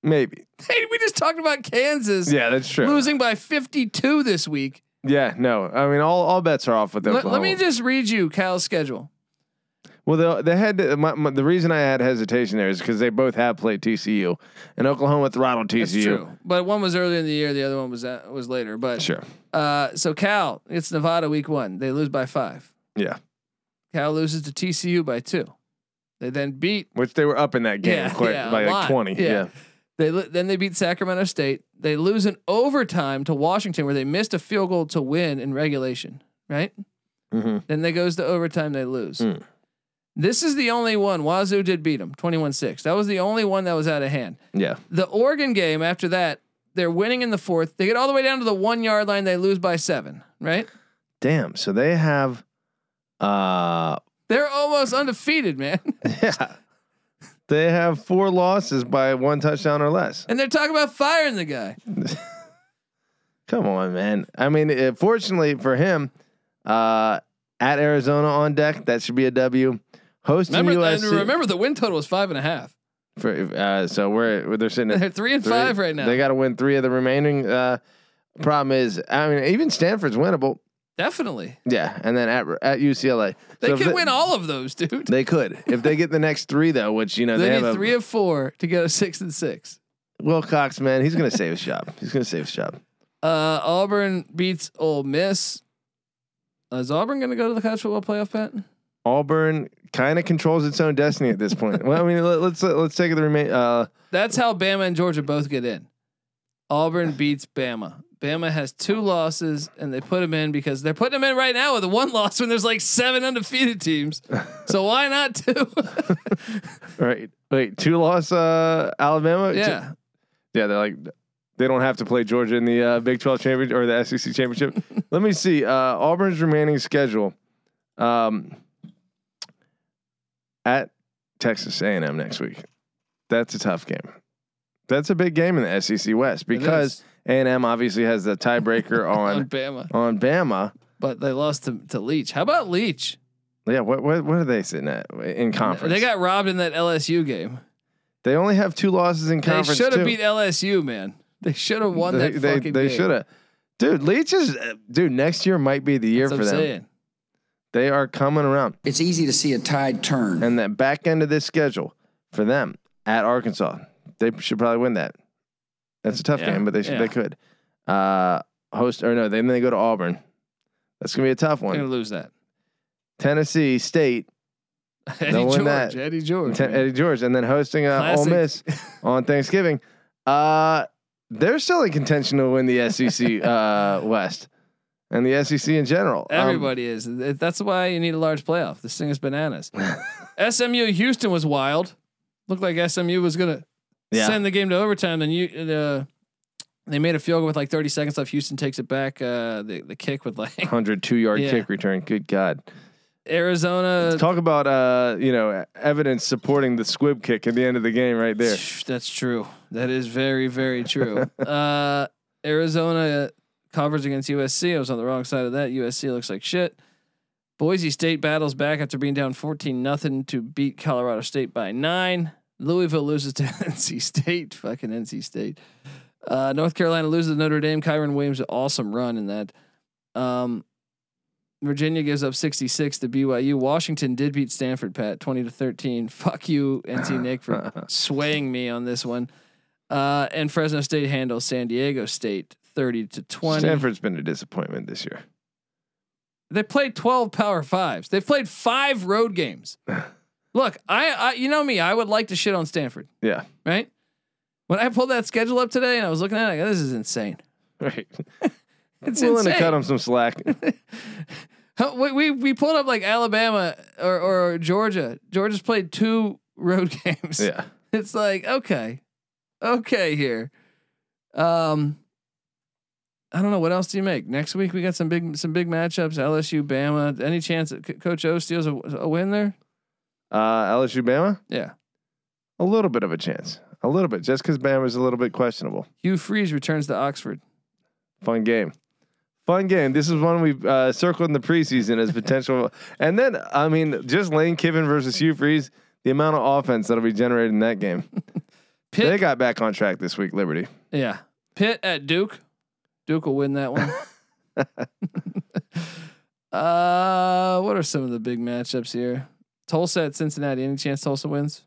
Speaker 2: Maybe.
Speaker 1: Hey, we just talked about Kansas
Speaker 2: Yeah, that's true.
Speaker 1: losing by 52 this week.
Speaker 2: Yeah, no. I mean, all, all bets are off with
Speaker 1: Let-
Speaker 2: Oklahoma.
Speaker 1: let me just read you Cal's schedule.
Speaker 2: Well, the the head my, my, the reason I had hesitation there is because they both have played TCU, and Oklahoma throttled TCU.
Speaker 1: That's true. But one was earlier in the year, the other one was at, was later. But
Speaker 2: Sure.
Speaker 1: uh, so Cal, it's Nevada week one. They lose by five.
Speaker 2: Yeah.
Speaker 1: Cal loses to TCU by two. They then beat
Speaker 2: Which they were up in that game
Speaker 1: Yeah,
Speaker 2: quite
Speaker 1: yeah, a
Speaker 2: by
Speaker 1: lot.
Speaker 2: like twenty.
Speaker 1: Yeah. they li- then they beat Sacramento State. They lose in overtime to Washington, where they missed a field goal to win in regulation. Right.
Speaker 2: yeah. hmm
Speaker 1: Then they goes to overtime. They lose.
Speaker 2: Mm.
Speaker 1: This is the only one Wazoo did beat them 21-6. That was the only one that was out of hand.
Speaker 2: Yeah.
Speaker 1: The Oregon game after that, they're winning in the fourth. They get all the way down to the one yard line. They lose by seven. Right.
Speaker 2: Damn. So they have, uh,
Speaker 1: They're almost undefeated, man.
Speaker 2: yeah, they have four losses by one touchdown or less.
Speaker 1: And they're talking about firing the guy.
Speaker 2: Come on, man. I mean, eh, fortunately for him, uh, at Arizona on deck, that should be a W. Hosting
Speaker 1: Remember, and
Speaker 2: USC.
Speaker 1: remember the win total was five and a half.
Speaker 2: For, uh, so we're they're sitting at
Speaker 1: They're three and
Speaker 2: Three.
Speaker 1: five right now.
Speaker 2: They got to win three of the remaining. Uh, problem is, I mean, even Stanford's winnable.
Speaker 1: Definitely.
Speaker 2: Yeah, and then at at UCLA,
Speaker 1: They
Speaker 2: So if
Speaker 1: could win all of those, dude.
Speaker 2: They could if they get the next three though, which you know
Speaker 1: They,
Speaker 2: they,
Speaker 1: need
Speaker 2: have
Speaker 1: three
Speaker 2: a,
Speaker 1: of four to go to six and six.
Speaker 2: Wilcox man. He's gonna save his job. He's gonna save his job.
Speaker 1: Uh, Auburn beats Ole Miss. Is Auburn going to go to the college football playoff, Pat?
Speaker 2: Auburn kind of controls its own destiny at this point. well, I mean, let, let's let's take the remain. Uh,
Speaker 1: That's how Bama and Georgia both get in. Auburn beats Bama. Bama has two losses, and they put them in because they're putting them in right now with a one loss when there's like seven undefeated teams. So why not two?
Speaker 2: right, wait, two loss uh, Alabama.
Speaker 1: yeah,
Speaker 2: yeah, they're like they don't have to play Georgia in the uh, Big Twelve championship or the SEC championship. Let me see uh, Auburn's remaining schedule um, at Texas A and M next week. That's a tough game. That's a big game in the SEC West because A and M obviously has the tiebreaker
Speaker 1: on
Speaker 2: on
Speaker 1: Bama,
Speaker 2: on Bama.
Speaker 1: but they lost to, to Leach. How about Leach?
Speaker 2: Yeah, what, what what are they sitting at in conference?
Speaker 1: They got robbed in that LSU game.
Speaker 2: they only have two losses in
Speaker 1: They
Speaker 2: conference.
Speaker 1: should
Speaker 2: too.
Speaker 1: have beat LSU, man. They should have won
Speaker 2: they,
Speaker 1: that
Speaker 2: they,
Speaker 1: fucking
Speaker 2: they
Speaker 1: game.
Speaker 2: should have. Dude, Leach is dude. Next year might be the year
Speaker 1: That's what
Speaker 2: for
Speaker 1: I'm
Speaker 2: them.
Speaker 1: saying.
Speaker 2: They are coming around.
Speaker 3: It's easy to see a tide turn.
Speaker 2: And that back end of this schedule for them at Arkansas, they should probably win that. That's a tough
Speaker 1: Yeah,
Speaker 2: game, but they should,
Speaker 1: yeah.
Speaker 2: they could. Uh, host or no, then they go to Auburn. That's gonna be a tough
Speaker 1: They're gonna
Speaker 2: one.
Speaker 1: lose that.
Speaker 2: Tennessee State,
Speaker 1: Eddie
Speaker 2: win
Speaker 1: George.
Speaker 2: that.
Speaker 1: Eddie George.
Speaker 2: Te-
Speaker 1: man.
Speaker 2: Eddie George, and then hosting uh, Ole
Speaker 1: Classic.
Speaker 2: Miss on Thanksgiving. Uh, they're still in contention to win the SEC uh, West and the SEC in general. Um,
Speaker 1: Everybody is. Th- That's why you need a large playoff. This thing is bananas. SMU Houston was wild. Looked like SMU was gonna
Speaker 2: yeah.
Speaker 1: send the game to overtime. Then you and, uh, they made a field goal with like 30 seconds left. Houston takes it back. Uh, the the kick with like
Speaker 2: 102 yard
Speaker 1: Yeah.
Speaker 2: kick return. Good God.
Speaker 1: Arizona.
Speaker 2: Talk about uh, you know evidence supporting the squib kick at the end of the game right there.
Speaker 1: That's true. That is very, very true. uh, Arizona covers against USC. I was on the wrong side of that. USC looks like shit. Boise State battles back after being down 14 nothing to beat Colorado State by nine. Louisville loses to NC State. Fucking NC State. Uh, North Carolina loses to Notre Dame. Kyron Williams, an awesome run in that. Um, Virginia gives up 66 to BYU. Washington did beat Stanford, Pat, 20 to 13. Fuck you, NC Nick, for swaying me on this one. Uh, and Fresno State handles San Diego State 30 to 20.
Speaker 2: Stanford's been a disappointment this year.
Speaker 1: They played 12 power fives. They've played five road games. Look, I, I you know me, I would like to shit on Stanford,
Speaker 2: Yeah,
Speaker 1: right? When I pulled that schedule up today and I was looking at it, I go, this is insane.
Speaker 2: right.
Speaker 1: It's
Speaker 2: Willing
Speaker 1: insane.
Speaker 2: to cut them some slack.
Speaker 1: Huh, We, we we pulled up like Alabama or, or Georgia. Georgia's played two road games.
Speaker 2: yeah,
Speaker 1: It's like, okay. Okay here. Um I don't know what else do you make. Next week we got some big some big matchups. LSU, Bama. Any chance that C- Coach O steals a, a win there?
Speaker 2: uh, LSU Bama,
Speaker 1: Yeah.
Speaker 2: a little bit of a chance, a little bit, just because Bama's a little bit questionable.
Speaker 1: Hugh Freeze returns to Oxford.
Speaker 2: Fun game, fun game. This is one we've uh, circled in the preseason as potential. and then I mean, just Lane Kiffin versus Hugh Freeze, the amount of offense that'll be generated in that game.
Speaker 1: Pitt,
Speaker 2: They got back on track this week, Liberty.
Speaker 1: yeah, Pitt at Duke. Duke will win that one. uh, what are some of the big matchups here? Tulsa at Cincinnati. Any chance Tulsa wins?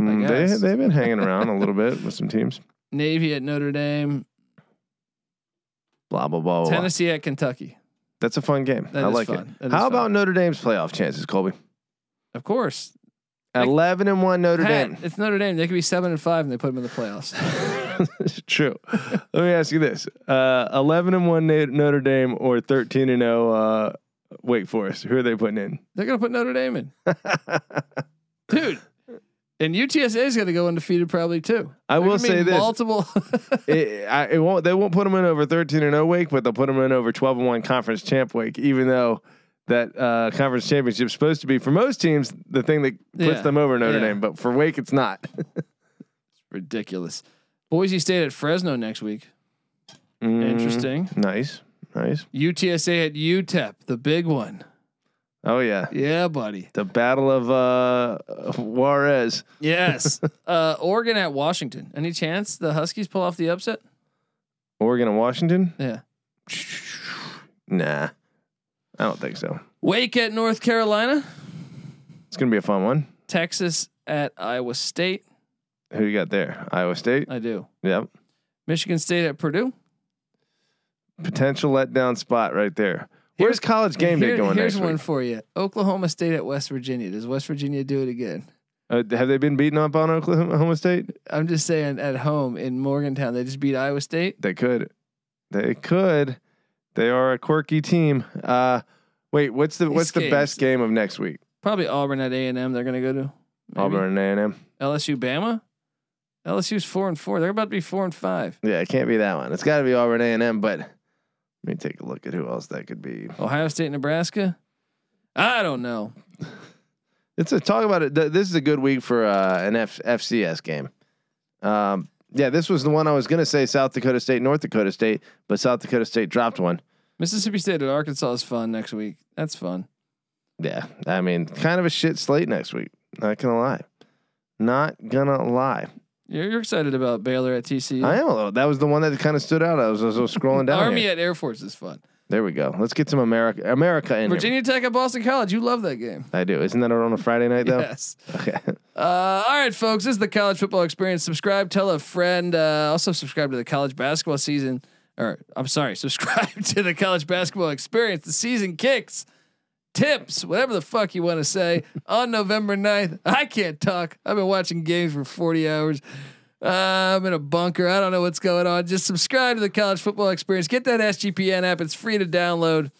Speaker 2: Mm, they
Speaker 1: guess.
Speaker 2: they've been hanging around a little bit with some teams.
Speaker 1: Navy at Notre Dame.
Speaker 2: Blah blah blah. blah, blah.
Speaker 1: Tennessee at Kentucky.
Speaker 2: That's a fun game.
Speaker 1: That
Speaker 2: I
Speaker 1: is
Speaker 2: like
Speaker 1: fun.
Speaker 2: it.
Speaker 1: That is
Speaker 2: How about
Speaker 1: fun.
Speaker 2: Notre Dame's playoff chances, Colby?
Speaker 1: Of course, Like-
Speaker 2: Eleven and one Notre
Speaker 1: Pat,
Speaker 2: Dame.
Speaker 1: It's Notre Dame. They could be seven and five, and they put them in the playoffs.
Speaker 2: It's True. Let me ask you this: uh, eleven and one Na- Notre Dame or thirteen and zero uh, Wake Forest? Who are they putting in?
Speaker 1: They're gonna put Notre Dame in, dude. And UTSA is gonna go undefeated probably too.
Speaker 2: I will
Speaker 1: There's gonna be
Speaker 2: say this.
Speaker 1: multiple.
Speaker 2: It, I, it won't. They won't put them in over thirteen and zero Wake, but they'll put them in over twelve and one conference champ Wake. Even though that uh, conference championship's supposed to be for most teams the thing that puts
Speaker 1: Yeah.
Speaker 2: them over Notre
Speaker 1: Yeah.
Speaker 2: Dame, but for Wake it's not.
Speaker 1: Ridiculous. Boise State at Fresno next week.
Speaker 2: Mm,
Speaker 1: Interesting.
Speaker 2: Nice. Nice.
Speaker 1: UTSA at UTEP, the big one.
Speaker 2: Oh yeah.
Speaker 1: Yeah, buddy.
Speaker 2: The Battle of uh, Juarez.
Speaker 1: Yes. uh, Oregon at Washington. Any chance the Huskies pull off the upset?
Speaker 2: Oregon and Washington?
Speaker 1: Yeah.
Speaker 2: Nah, I don't think so.
Speaker 1: Wake at North Carolina.
Speaker 2: It's gonna be a fun one.
Speaker 1: Texas at Iowa State.
Speaker 2: Who you got there? Iowa State.
Speaker 1: I do.
Speaker 2: Yep.
Speaker 1: Michigan State at Purdue.
Speaker 2: Potential letdown spot right there.
Speaker 1: Here-
Speaker 2: Where's College Game Day
Speaker 1: Here-
Speaker 2: going
Speaker 1: here's
Speaker 2: next
Speaker 1: one
Speaker 2: week?
Speaker 1: for you. Oklahoma State at West Virginia. Does West Virginia do it again?
Speaker 2: Uh, have they been beating up on Oklahoma State?
Speaker 1: I'm just saying at home in Morgantown, they just beat Iowa State.
Speaker 2: They could. They could. They are a quirky team. Uh, wait, what's the
Speaker 1: These
Speaker 2: what's the
Speaker 1: games.
Speaker 2: best game of next week?
Speaker 1: Probably Auburn at A and M. They're gonna go to maybe.
Speaker 2: Auburn and A and M.
Speaker 1: LSU, Bama. LSU's four and four. They're about to be four and five.
Speaker 2: Yeah, it can't be that one. It's got to be Auburn A and M. But let me take a look at who else that could be.
Speaker 1: Ohio State, Nebraska. I don't know.
Speaker 2: It's a talk about it. th- This is a good week for uh, an F- FCS game. Um, yeah, this was the one I was going to say South Dakota State, North Dakota State, but South Dakota State dropped one.
Speaker 1: Mississippi State at Arkansas is fun next week. That's fun.
Speaker 2: Yeah, I mean, kind of a shit slate next week. Not gonna lie, not gonna lie.
Speaker 1: You're, you're excited about Baylor at TCU.
Speaker 2: I am a little. That was the one that kind of stood out. I was, I was scrolling down.
Speaker 1: Army
Speaker 2: here.
Speaker 1: at Air Force is fun.
Speaker 2: There we go. Let's get some America, America in
Speaker 1: Virginia Tech at Boston College. You love that game.
Speaker 2: here. I do. Isn't that on a Friday night though?
Speaker 1: Yes.
Speaker 2: Okay.
Speaker 1: Uh, all right, folks. This is the college football experience. Subscribe, tell a friend. Uh, also, subscribe to the college basketball season. Or, I'm sorry, subscribe to the college basketball experience. The season kicks, tips, whatever the fuck you want to say on November 9th. I can't talk. I've been watching games for 40 hours. Uh, I'm in a bunker. I don't know what's going on. Just subscribe to the college football experience. Get that SGPN app, it's free to download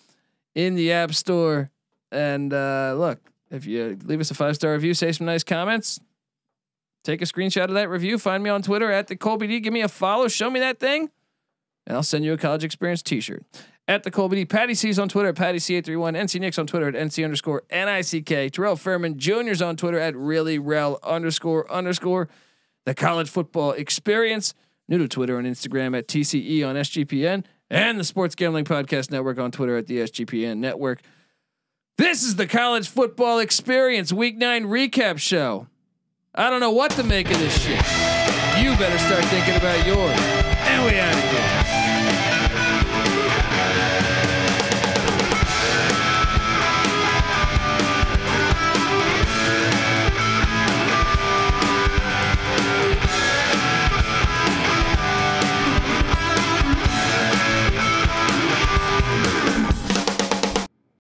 Speaker 1: in the App Store. And uh, look, if you leave us a five star review, say some nice comments, take a screenshot of that review. Find me on Twitter at the Colby D. Give me a follow. Show me that thing, and I'll send you a college experience t shirt. At the Colby D. Patty C's on Twitter at Patty C831. NC Nick's on Twitter at NC underscore NICK. Terrell Fairman Jr.'s on Twitter at really rel underscore underscore. The college football experience. New to Twitter and Instagram at TCE on SGPN and the Sports Gambling Podcast Network on Twitter at the SGPN Network. This is the college football experience week nine recap show. I don't know what to make of this shit. You better start thinking about yours. And we out of here.